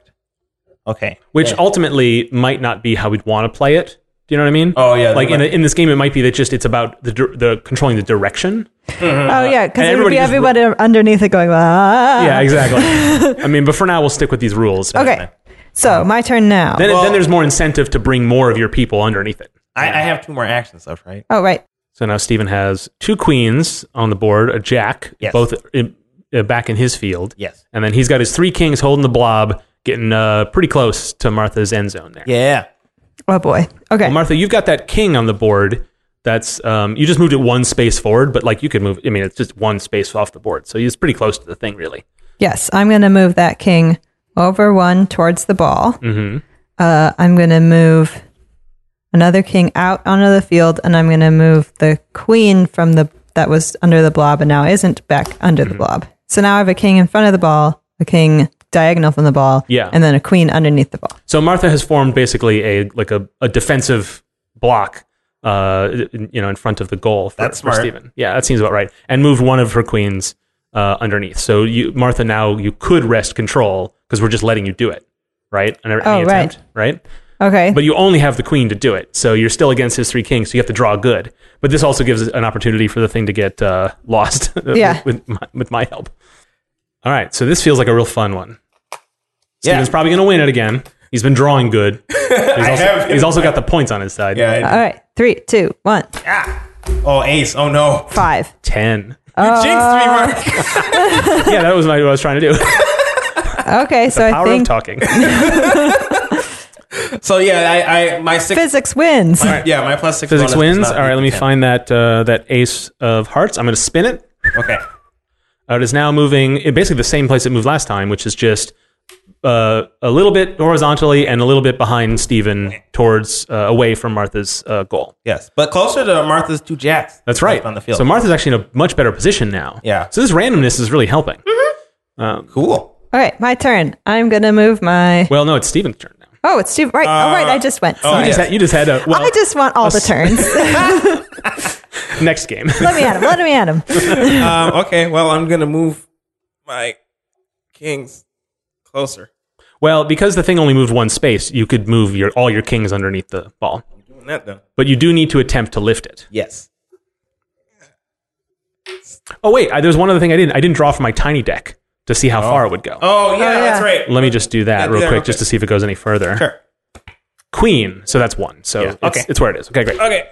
Speaker 3: Okay.
Speaker 1: Which ultimately might not be how we'd want to play it. Do you know what I mean?
Speaker 3: Oh, yeah,
Speaker 1: Like in,
Speaker 3: like-
Speaker 1: in this game, it might be that just it's about the dir- the controlling the direction.
Speaker 2: Oh yeah, because
Speaker 1: And
Speaker 2: it would be
Speaker 1: everybody
Speaker 2: everybody underneath it going. Ah.
Speaker 1: Yeah, exactly. I mean, but for now, we'll stick with these rules.
Speaker 2: Okay. So my turn now.
Speaker 1: Then,
Speaker 3: Well-
Speaker 1: then there's more incentive to bring more of your people underneath it.
Speaker 3: I, I have two more actions left, right?
Speaker 2: oh right.
Speaker 1: So now Steven has two queens on the board, a jack,
Speaker 3: Yes.
Speaker 1: both in, uh, back in his field.
Speaker 3: Yes.
Speaker 1: And then he's got his three kings holding the blob, getting uh, pretty close to Martha's end zone there.
Speaker 3: Yeah.
Speaker 2: Oh boy. Okay.
Speaker 1: Well, Martha, you've got that king on the board. That's um, you just moved it one space forward, but like you could move. I mean, it's just one space off the board, so it's pretty close to the thing, really.
Speaker 2: Yes, I'm going to move that king over one towards the ball. Mm-hmm. Uh, I'm going to move another king out onto the field, and I'm going to move the queen from the that was under the blob and now isn't back under
Speaker 1: Mm-hmm.
Speaker 2: the blob. So now I have a king in front of the ball, a king diagonal from the ball,
Speaker 1: Yeah.
Speaker 2: and then a queen underneath the ball.
Speaker 1: So Martha has formed basically a like a, a defensive block, uh, in- you know, in front of the goal. For,
Speaker 3: That's
Speaker 1: for
Speaker 3: smart.
Speaker 1: Stephen. Yeah, that seems about right. And moved one of her queens uh, underneath. So you, Martha, now you could rest control because we're just letting you do it, right? An- Any
Speaker 2: Oh, right.
Speaker 1: attempt, right?
Speaker 2: Okay,
Speaker 1: But you only have the queen to do it, so you're still against his three kings. So you have to draw good. But this also gives an opportunity for the thing to get uh, lost.
Speaker 2: Yeah.
Speaker 1: with, my, with my help. All right, so this feels like a real fun one.
Speaker 3: Yeah.
Speaker 1: Steven's probably going to win it again. He's been drawing good. He's also,
Speaker 3: have
Speaker 1: he's also got the points on his side.
Speaker 3: Yeah.
Speaker 2: all right, three, two, one,
Speaker 3: Oh, ace. Oh no.
Speaker 2: five.
Speaker 1: ten.
Speaker 3: You
Speaker 2: uh,
Speaker 3: jinxed me, Mark.
Speaker 1: yeah, that was my, what I was trying to do.
Speaker 2: Okay, so I
Speaker 1: Power of
Speaker 2: think
Speaker 1: talking.
Speaker 3: So yeah, I, I my six.
Speaker 2: physics wins.
Speaker 3: Yeah, my plus six.
Speaker 1: Physics
Speaker 3: bonus does
Speaker 1: wins.
Speaker 3: not
Speaker 1: All right,
Speaker 3: equal
Speaker 1: let me
Speaker 3: 10.
Speaker 1: find that uh, that ace of hearts. I'm going to spin it.
Speaker 3: Okay.
Speaker 1: Uh, it is now moving in basically the same place it moved last time, which is just uh, a little bit horizontally and a little bit behind Steven towards uh, away from Martha's uh, goal.
Speaker 3: Yes, but closer to Martha's two jacks.
Speaker 1: That's right.
Speaker 3: On the field.
Speaker 1: So Martha's actually in a much better position now.
Speaker 3: Yeah.
Speaker 1: So this randomness is really helping.
Speaker 3: cool.
Speaker 2: All right, my turn. I'm going to move my.
Speaker 1: Well, no, it's Steven's turn now.
Speaker 2: Oh, it's Steve. Right. oh,
Speaker 1: Uh,
Speaker 2: right. I just went.
Speaker 3: oh,
Speaker 2: Sorry.
Speaker 1: You, just
Speaker 3: Yes.
Speaker 1: had, you just had a well,
Speaker 2: I just want all the turns.
Speaker 1: next game.
Speaker 2: Let me at him. Let me at him.
Speaker 3: Um, okay. Well, I'm gonna move my kings closer.
Speaker 1: well, because the thing only moved one space, you could move your all your kings underneath the ball,
Speaker 3: Doing that though.
Speaker 1: but you do need to attempt to lift it.
Speaker 3: Yes.
Speaker 1: Oh wait, I, there's one other thing I didn't I didn't draw from my tiny deck to see how far it would go.
Speaker 3: Oh yeah,
Speaker 2: yeah.
Speaker 3: that's right.
Speaker 1: Let me just do that
Speaker 3: do
Speaker 1: real
Speaker 3: that
Speaker 1: quick
Speaker 3: real
Speaker 1: just
Speaker 3: quick.
Speaker 1: to see if it goes any further.
Speaker 3: Sure.
Speaker 1: Queen. So that's one. So it's,
Speaker 3: okay.
Speaker 1: it's where it is. Okay, great.
Speaker 3: Okay.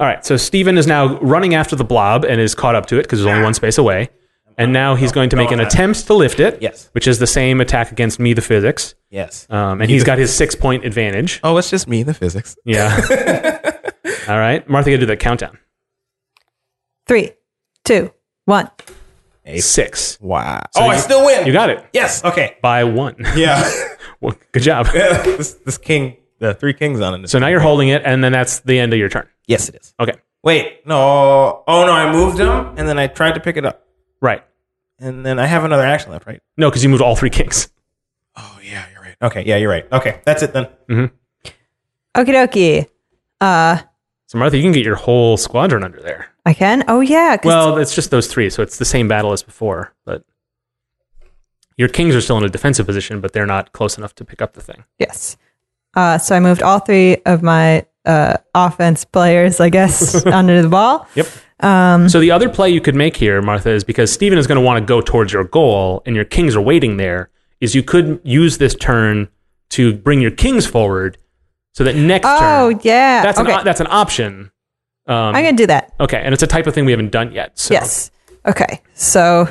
Speaker 1: All right. So Steven is now running after the blob and is caught up to it because there's only one space away. And now he's going to make an
Speaker 3: going at
Speaker 1: attempt to lift it,
Speaker 3: Yes.
Speaker 1: which is the same attack against me, the physics.
Speaker 3: Yes.
Speaker 1: Um, and he's got his six point advantage.
Speaker 3: oh, it's just me, the physics.
Speaker 1: Yeah. All right. Martha, you gotta do that countdown.
Speaker 2: Three, two, one.
Speaker 1: Six.
Speaker 3: Wow. oh, I still win.
Speaker 1: You got it
Speaker 3: Yes. Okay.
Speaker 1: by one.
Speaker 3: Yeah.
Speaker 1: well, good job.
Speaker 3: this, this king, the three kings on it.
Speaker 1: So now you're holding it, and then that's the end of your turn.
Speaker 3: yes, it is.
Speaker 1: Okay.
Speaker 3: Wait. No. Oh no, I moved them, and then I tried to pick it up,
Speaker 1: Right.
Speaker 3: and then I have another action left, right?
Speaker 1: No, because you moved all three kings.
Speaker 3: Oh yeah, you're right. Okay. Yeah, you're right. Okay, that's it then.
Speaker 2: Okie dokie. Uh,
Speaker 1: So Martha, you can get your whole squadron under there.
Speaker 2: I can. Oh yeah. 'cause-
Speaker 1: Well, it's just those three, so it's the same battle as before. But your kings are still in a defensive position, but they're not close enough to pick up the thing.
Speaker 2: yes. Uh, so I moved all three of my uh, offense players, I guess, under the ball.
Speaker 1: Yep. So the other play you could make here, Martha, is because Steven is going to want to go towards your goal and your kings are waiting there, is you could use this turn to bring your kings forward so that next
Speaker 2: Oh,
Speaker 1: turn.
Speaker 2: yeah.
Speaker 1: That's,
Speaker 2: okay.
Speaker 1: an, o- that's an option. Um,
Speaker 2: I'm going to do that.
Speaker 1: okay, and it's a type of thing we haven't done yet. So.
Speaker 2: Yes. Okay. So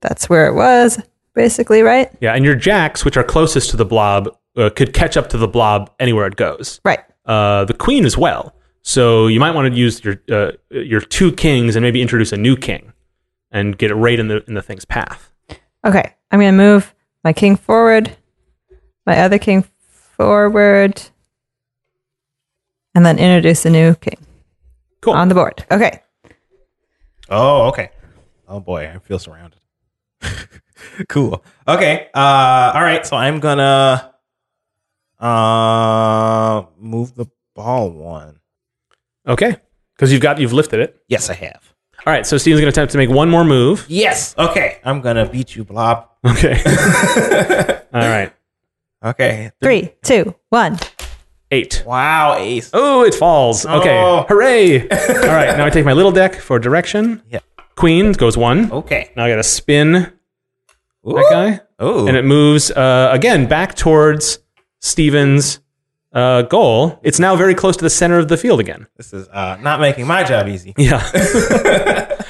Speaker 2: that's where it was, basically, right?
Speaker 1: Yeah, and your jacks, which are closest to the blob, uh, could catch up to the blob anywhere it goes.
Speaker 2: Right.
Speaker 1: Uh, the queen as well. So you might want to use your uh, your two kings and maybe introduce a new king and get it right in the in the thing's path.
Speaker 2: Okay. I'm going to move my king forward, my other king forward, and then introduce a new king
Speaker 1: Cool.
Speaker 2: on the board. Okay.
Speaker 3: Oh, okay. Oh boy, I feel surrounded. cool. Okay. Uh all right, so I'm gonna uh move the ball one.
Speaker 1: okay, because you've got you've lifted it.
Speaker 3: Yes, I have.
Speaker 1: All right, so Steven's going to attempt to make one more move.
Speaker 3: Yes. Okay. I'm gonna beat you, Blob.
Speaker 1: Okay. All right,
Speaker 3: Okay.
Speaker 2: Three, two, one.
Speaker 1: eight.
Speaker 3: Wow, Ace.
Speaker 1: Oh, it falls.
Speaker 3: Oh.
Speaker 1: Okay, hooray! All right, now I take my little deck for direction.
Speaker 3: Yeah. Oh.
Speaker 1: Queen goes one.
Speaker 3: Okay.
Speaker 1: Now I got to spin
Speaker 3: Ooh.
Speaker 1: that guy.
Speaker 3: Ooh.
Speaker 1: and it moves uh, again back towards Steven's uh, goal. It's now very close to the center of the field again.
Speaker 3: this is uh not making my job easy.
Speaker 1: Yeah.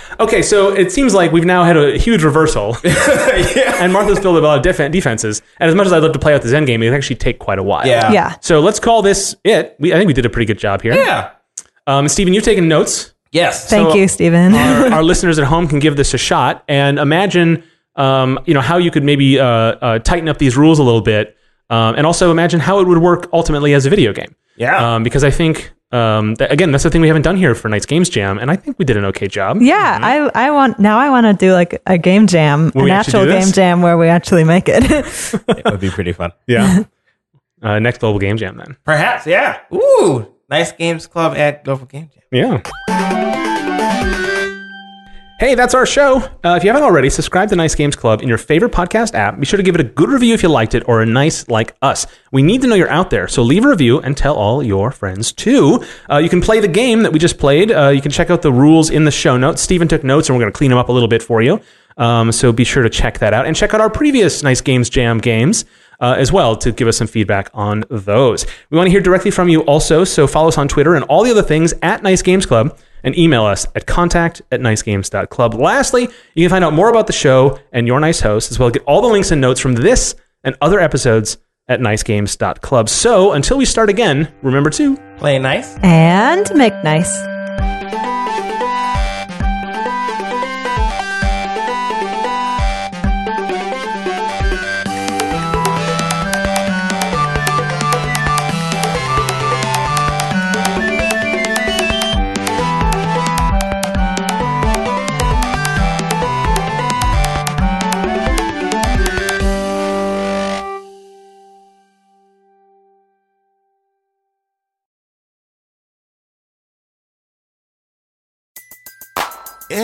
Speaker 1: okay, so it seems like we've now had a huge reversal,
Speaker 3: yeah.
Speaker 1: and Martha's filled with a lot of def- defenses. And as much as I'd love to play out this end game, it would actually take quite a while.
Speaker 3: Yeah.
Speaker 2: yeah.
Speaker 1: So let's call this it. We, I think we did a pretty good job here.
Speaker 3: Yeah.
Speaker 1: Um, Steven, you've taken notes.
Speaker 3: Yes.
Speaker 2: Thank
Speaker 1: So- uh,
Speaker 2: you, Stephen.
Speaker 1: our, our listeners at home can give this a shot and imagine um, you know how you could maybe uh, uh, tighten up these rules a little bit um, and also imagine how it would work ultimately as a video game
Speaker 3: Yeah.
Speaker 1: um, because i think um, that, again that's the thing we haven't done here for night's games jam and i think we did an okay job
Speaker 2: yeah, I, I want now. I want to do like a game jam,
Speaker 1: Where
Speaker 2: an
Speaker 1: mm-hmm. we actually
Speaker 2: actual
Speaker 1: do
Speaker 2: game
Speaker 1: this?
Speaker 2: jam where we actually make it.
Speaker 3: it would be pretty fun.
Speaker 1: yeah uh, next global game jam then
Speaker 3: Perhaps, yeah. Ooh. Nice games club at Global Game Jam.
Speaker 1: Yeah. Hey, that's our show. Uh, if you haven't already, subscribe to Nice Games Club in your favorite podcast app. Be sure to give it a good review if you liked it or a nice like us. We need to know you're out there, so leave a review and tell all your friends too. Uh, you can play the game that we just played. Uh, you can check out the rules in the show notes. Steven took notes, and we're going to clean them up a little bit for you. Um, so be sure to check that out and check out our previous Nice Games Jam games uh, as well to give us some feedback on those. We want to hear directly from you also, so follow us on Twitter and all the other things at Nice Games Club and email us at contact at nicegames.club. Lastly, you can find out more about the show and your nice host, as well as get all the links and notes from this and other episodes at nicegames.club. So until we start again, remember to.
Speaker 3: Play nice.
Speaker 2: and make nice.